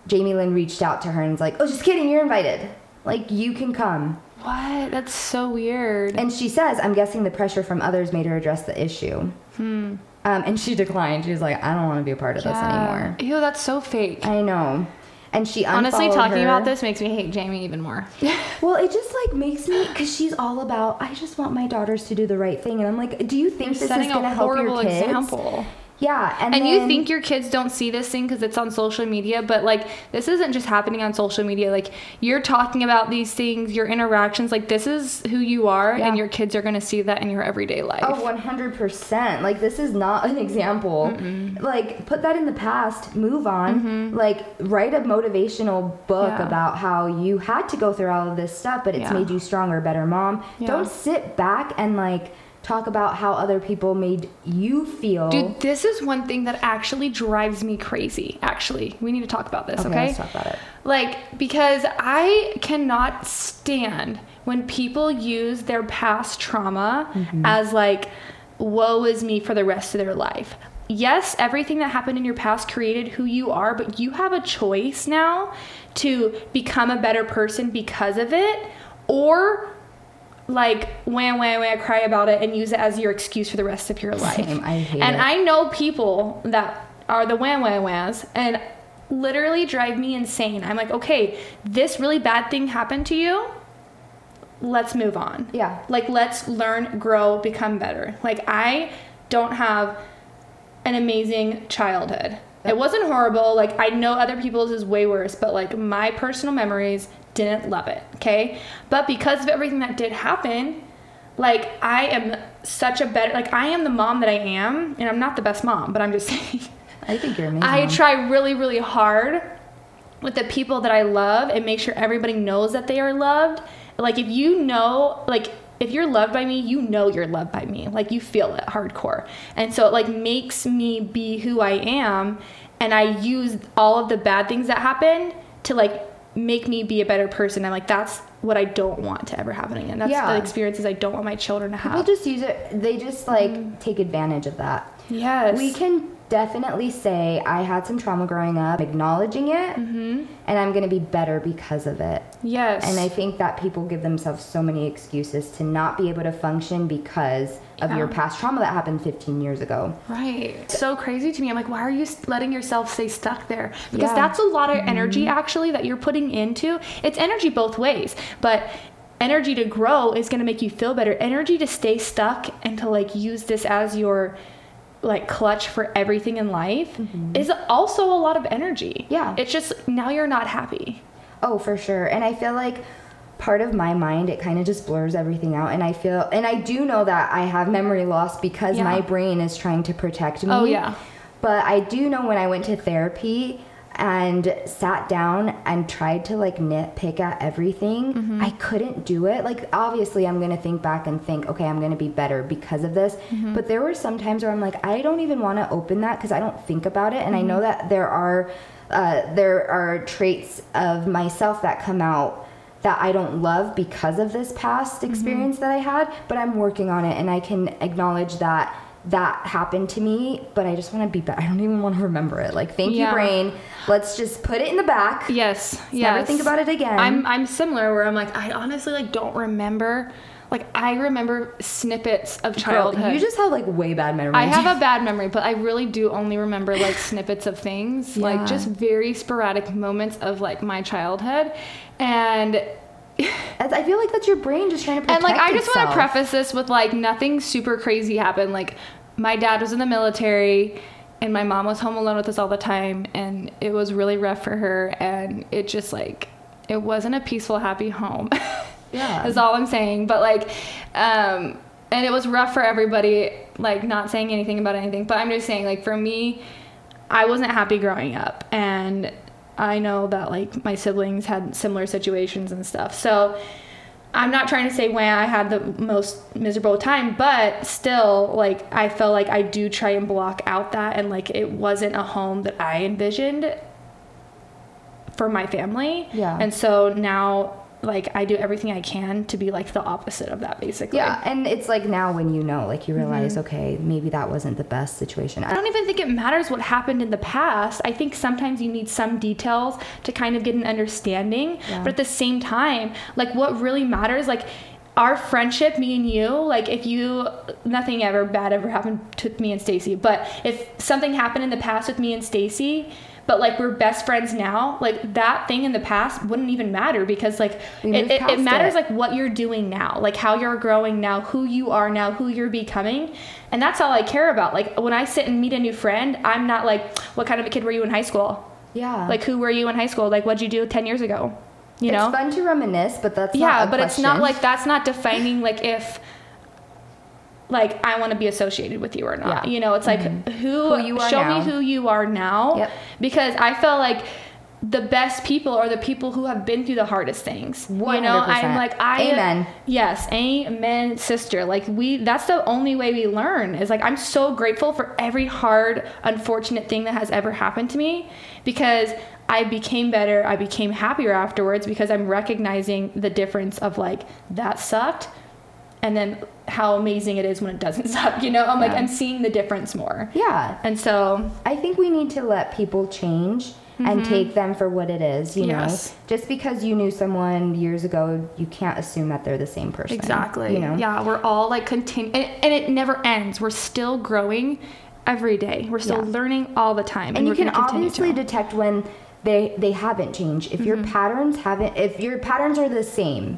[SPEAKER 2] Jamie Lynn reached out to her and was like, Oh, just kidding, you're invited. Like, you can come.
[SPEAKER 3] What? That's so weird.
[SPEAKER 2] And she says, I'm guessing the pressure from others made her address the issue. Hmm. Um, and she declined. She was like, I don't want to be a part of this
[SPEAKER 3] Ew, that's so fake.
[SPEAKER 2] anymore. I know. And she
[SPEAKER 3] Honestly,
[SPEAKER 2] unfollowed
[SPEAKER 3] talking
[SPEAKER 2] her.
[SPEAKER 3] about this makes me hate Jamie even more.
[SPEAKER 2] Well, it just like makes me because she's all about. I just want my daughters to do the right thing, and I'm like, do you think this is
[SPEAKER 3] setting
[SPEAKER 2] going to
[SPEAKER 3] a
[SPEAKER 2] help
[SPEAKER 3] horrible
[SPEAKER 2] your kids?
[SPEAKER 3] example.
[SPEAKER 2] Yeah, and,
[SPEAKER 1] and you
[SPEAKER 2] then-
[SPEAKER 1] think your kids don't see this thing because it's on social media but like this isn't just happening on social media like you're talking about these things your interactions like this is who you are
[SPEAKER 2] Yeah.
[SPEAKER 1] and your kids are going to see that in your everyday life
[SPEAKER 2] Oh, 100%. Like, this is not an example. Like, put that in the past, move on. Like, write a motivational book
[SPEAKER 3] Yeah.
[SPEAKER 2] about how you had to go through all of this stuff, but it's
[SPEAKER 3] Yeah.
[SPEAKER 2] made you stronger, better mom.
[SPEAKER 3] Yeah.
[SPEAKER 2] Don't sit back and, like, talk about how other people made you feel.
[SPEAKER 1] Dude, this is one thing that actually drives me crazy. Actually, we need to talk about this, okay?
[SPEAKER 2] Okay, let's talk about it.
[SPEAKER 1] Like, because I cannot stand when people use their past trauma
[SPEAKER 2] Mm-hmm.
[SPEAKER 1] as like, woe is me for the rest of their life. Yes, everything that happened in your past created who you are, but you have a choice now to become a better person because of it or like wham wham wham cry about it and use it as your excuse for the rest of your life.
[SPEAKER 2] Same, I hate
[SPEAKER 1] and
[SPEAKER 2] it.
[SPEAKER 1] I know people that are the wham wham whams and literally drive me insane. I'm like, okay, this really bad thing happened to you. Let's move on.
[SPEAKER 2] Yeah.
[SPEAKER 1] Like let's learn, grow, become better. Like I don't have an amazing childhood. It wasn't horrible. Like I know other people's is way worse, but like my personal memories didn't love it. Okay, but because of everything that did happen, like I am such a better. Like I am the mom that I am, and I'm not the best mom, but I'm just saying.
[SPEAKER 2] I think you're amazing.
[SPEAKER 1] I
[SPEAKER 2] Mom.
[SPEAKER 1] try really, really hard with the people that I love and make sure everybody knows that they are loved. Like, if you know, like, if you're loved by me, you know you're loved by me. Like, you feel it hardcore. And so it, like, makes me be who I am. And I use all of the bad things that happen to, like, make me be a better person. And, like, that's what I don't want to ever happen again. That's
[SPEAKER 2] Yeah.
[SPEAKER 1] the experiences I don't want my children to have.
[SPEAKER 2] People just use it, they just, like, take advantage of that.
[SPEAKER 1] yes.
[SPEAKER 2] We can definitely say I had some trauma growing up, acknowledging it, and I'm going to be better because of it.
[SPEAKER 1] yes.
[SPEAKER 2] And I think that people give themselves so many excuses to not be able to function because of your
[SPEAKER 1] Yeah.
[SPEAKER 2] past trauma that happened 15 years ago.
[SPEAKER 3] Right.
[SPEAKER 1] so crazy to me. I'm like, why are you s- letting yourself stay stuck there? Because
[SPEAKER 2] Yeah.
[SPEAKER 1] Mm-hmm. that's a lot of energy actually that you're putting into. It's energy both ways, but energy to grow is going to make you feel better. Energy to stay stuck and to like use this as your like clutch for everything in life is also a lot of energy.
[SPEAKER 2] Yeah.
[SPEAKER 1] It's just now you're not happy.
[SPEAKER 2] Oh, for sure. And I feel like part of my mind it kind of just blurs everything out and I feel and I do know that I have memory loss because
[SPEAKER 1] Yeah.
[SPEAKER 2] my brain is trying to protect me.
[SPEAKER 1] Oh, yeah.
[SPEAKER 2] But I do know when I went to therapy and sat down and tried to like nitpick at everything,
[SPEAKER 1] Mm-hmm.
[SPEAKER 2] I couldn't do it. Like obviously I'm going to think back and think, okay, I'm going to be better because of this.
[SPEAKER 1] Mm-hmm.
[SPEAKER 2] But there were some times where I'm like, I don't even want to open that cuz I don't think about it and I
[SPEAKER 1] Mm-hmm.
[SPEAKER 2] know that there are uh, there are traits of myself that come out that I don't love because of this past
[SPEAKER 1] Mm-hmm.
[SPEAKER 2] experience that I had, but I'm working on it and I can acknowledge that that happened to me, but I just want to be better. I don't even want to remember it. Like, thank
[SPEAKER 1] Yeah.
[SPEAKER 2] you, brain. Let's just put it in the back.
[SPEAKER 1] Yes.
[SPEAKER 2] Never think about it again.
[SPEAKER 1] I'm I'm similar where I'm like I honestly like don't remember like I remember snippets of
[SPEAKER 2] Girl,
[SPEAKER 1] childhood.
[SPEAKER 2] you just have like way bad memories.
[SPEAKER 4] I have a bad memory, but I really do only remember like snippets of things,
[SPEAKER 2] Yeah.
[SPEAKER 4] like just very sporadic moments of like my childhood. And
[SPEAKER 2] That's- I feel like that's your brain just trying to
[SPEAKER 4] and
[SPEAKER 2] protect
[SPEAKER 4] like I just want to
[SPEAKER 2] itself.
[SPEAKER 4] preface this with like nothing super crazy happened. Like my dad was in the military and my mom was home alone with us all the time and it was really rough for her and it just like it wasn't a peaceful happy home.
[SPEAKER 2] Yeah.
[SPEAKER 4] Is all I'm saying, but like um and it was rough for everybody like not saying anything about anything, but I'm just saying like for me
[SPEAKER 1] I wasn't happy growing up and I know that like my siblings had similar situations and stuff. So I'm not trying to say when I had the most miserable time, but still like I felt like I do try and block out that and like it wasn't a home that I envisioned for my family.
[SPEAKER 2] Yeah.
[SPEAKER 1] And so now like I do everything I can to be like the opposite of that basically.
[SPEAKER 2] Yeah, and it's like now when you know, like you
[SPEAKER 1] Mm-hmm.
[SPEAKER 2] realize, okay, maybe that wasn't the best situation.
[SPEAKER 1] I don't even think it matters what happened in the past. I think sometimes you need some details to kind of get an understanding.
[SPEAKER 2] Yeah.
[SPEAKER 1] But at the same time, like what really matters, like our friendship, me and you, like if you nothing ever bad ever happened to me and Stacy, but if something happened in the past with me and Stacy, but like we're best friends now, like that thing in the past wouldn't even matter because like
[SPEAKER 2] We
[SPEAKER 1] it,
[SPEAKER 2] moved
[SPEAKER 1] it, it
[SPEAKER 2] past
[SPEAKER 1] matters
[SPEAKER 2] it.
[SPEAKER 1] like what you're doing now, like how you're growing now, who you are now, who you're becoming. And that's all I care about. Like when I sit and meet a new friend, I'm not like, what kind of a kid were you in high school?
[SPEAKER 2] yeah.
[SPEAKER 1] Like who were you in high school? Like what'd you do 10 years ago? You know?
[SPEAKER 2] Uh. It's fun to reminisce, but that's
[SPEAKER 1] yeah,
[SPEAKER 2] not a
[SPEAKER 1] but it's not
[SPEAKER 2] question.
[SPEAKER 1] like that's not defining like if like I want to be associated with you or not.
[SPEAKER 2] Yeah. Mm-hmm.
[SPEAKER 1] You know, it's like who,
[SPEAKER 2] Who you are
[SPEAKER 1] show
[SPEAKER 2] now.
[SPEAKER 1] me who you are now
[SPEAKER 2] Yep.
[SPEAKER 1] because I felt like the best people are the people who have been through the hardest things. You know, I'm
[SPEAKER 2] 100%.
[SPEAKER 1] like I
[SPEAKER 2] Amen.
[SPEAKER 1] Yes, amen, sister. Like we that's the only way we learn. Is like I'm so grateful for every hard, unfortunate thing that has ever happened to me because I became better, I became happier afterwards because I'm recognizing the difference of like that sucked and then how amazing it is when it doesn't suck, you know? I'm like
[SPEAKER 2] Yeah.
[SPEAKER 1] I'm seeing the difference more.
[SPEAKER 2] Yeah.
[SPEAKER 1] And so
[SPEAKER 2] I think we need to let people change
[SPEAKER 4] Mm-hmm.
[SPEAKER 2] and take them for what it is, you
[SPEAKER 1] Yes.
[SPEAKER 2] know. Just because you knew someone years ago, you can't assume that they're the same person.
[SPEAKER 4] Exactly.
[SPEAKER 2] You know?
[SPEAKER 4] Yeah, we're all like continue, and, and it never ends. We're still growing every day. We're still
[SPEAKER 2] Yeah.
[SPEAKER 4] learning all the time,
[SPEAKER 2] And you
[SPEAKER 4] we're
[SPEAKER 2] can
[SPEAKER 4] gonna continue
[SPEAKER 2] obviously
[SPEAKER 4] to. Mm-hmm.
[SPEAKER 2] detect when they they haven't changed. If your patterns haven't if your patterns are the same.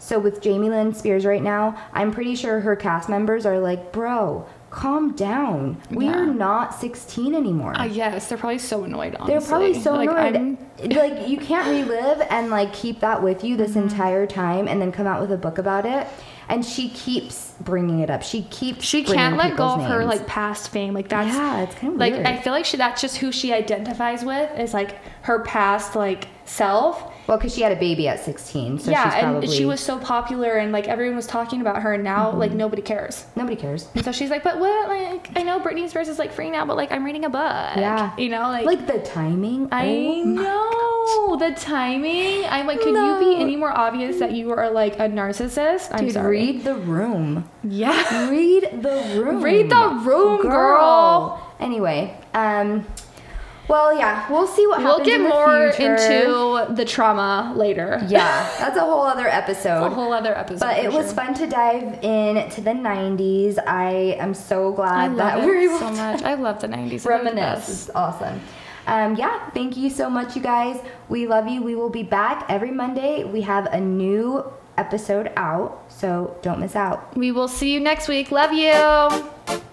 [SPEAKER 2] So with Jamie Lynn Spears right now, I'm pretty sure her cast members are like, "Bro, calm down. We
[SPEAKER 4] Yeah.
[SPEAKER 2] are not 16 anymore."
[SPEAKER 4] Uh, yes, they're probably so annoyed. Honestly,
[SPEAKER 2] They're probably so
[SPEAKER 4] Like,
[SPEAKER 2] annoyed.
[SPEAKER 4] I'm-
[SPEAKER 2] like you can't relive and like keep that with you this
[SPEAKER 1] Mm-hmm.
[SPEAKER 2] entire time, and then come out with a book about it. And she keeps bringing it up. She keeps.
[SPEAKER 1] she
[SPEAKER 2] bringing
[SPEAKER 1] can't let go of
[SPEAKER 2] people's
[SPEAKER 1] her
[SPEAKER 2] names.
[SPEAKER 1] like past fame. Like that's
[SPEAKER 2] Yeah, it's kinda
[SPEAKER 1] like
[SPEAKER 2] weird.
[SPEAKER 1] I feel like she that's just who she identifies with is like her past like self.
[SPEAKER 2] Well, because she had a baby at sixteen, so she's
[SPEAKER 1] yeah,
[SPEAKER 2] probably. Mm-hmm.
[SPEAKER 1] and she was so popular and like everyone was talking about her and now like nobody cares.
[SPEAKER 2] Nobody cares.
[SPEAKER 1] And so she's like, but what? Like I know Britney Spears is like free now, but like I'm reading a book.
[SPEAKER 2] Yeah.
[SPEAKER 1] you know, like,
[SPEAKER 2] Like the timing.
[SPEAKER 1] I
[SPEAKER 2] oh,
[SPEAKER 1] know the timing. I'm like, could you
[SPEAKER 2] No.
[SPEAKER 1] be any more obvious that you are like a narcissist? I'm
[SPEAKER 2] dude,
[SPEAKER 1] sorry.
[SPEAKER 2] read the room.
[SPEAKER 1] Yeah.
[SPEAKER 2] Read the room.
[SPEAKER 1] Read the room, girl.
[SPEAKER 2] Anyway, um, well, yeah, we'll see what
[SPEAKER 1] We'll
[SPEAKER 2] happens.
[SPEAKER 1] get
[SPEAKER 2] in the
[SPEAKER 1] more
[SPEAKER 2] future.
[SPEAKER 1] into the trauma later.
[SPEAKER 2] Yeah, that's a whole other episode.
[SPEAKER 4] a whole other episode.
[SPEAKER 2] But it
[SPEAKER 4] for
[SPEAKER 2] was
[SPEAKER 4] sure.
[SPEAKER 2] fun to dive in to the 90s. I am so
[SPEAKER 4] I
[SPEAKER 2] glad
[SPEAKER 4] love
[SPEAKER 2] that
[SPEAKER 4] it
[SPEAKER 2] we were able
[SPEAKER 4] so
[SPEAKER 2] to
[SPEAKER 4] much. I love the '90s. They're the
[SPEAKER 2] reminisce.
[SPEAKER 4] best.
[SPEAKER 2] It's awesome. Um, yeah, thank you so much, you guys. We love you. We will be back every Monday. We have a new episode out, so don't miss out.
[SPEAKER 1] We will see you next week. Love you.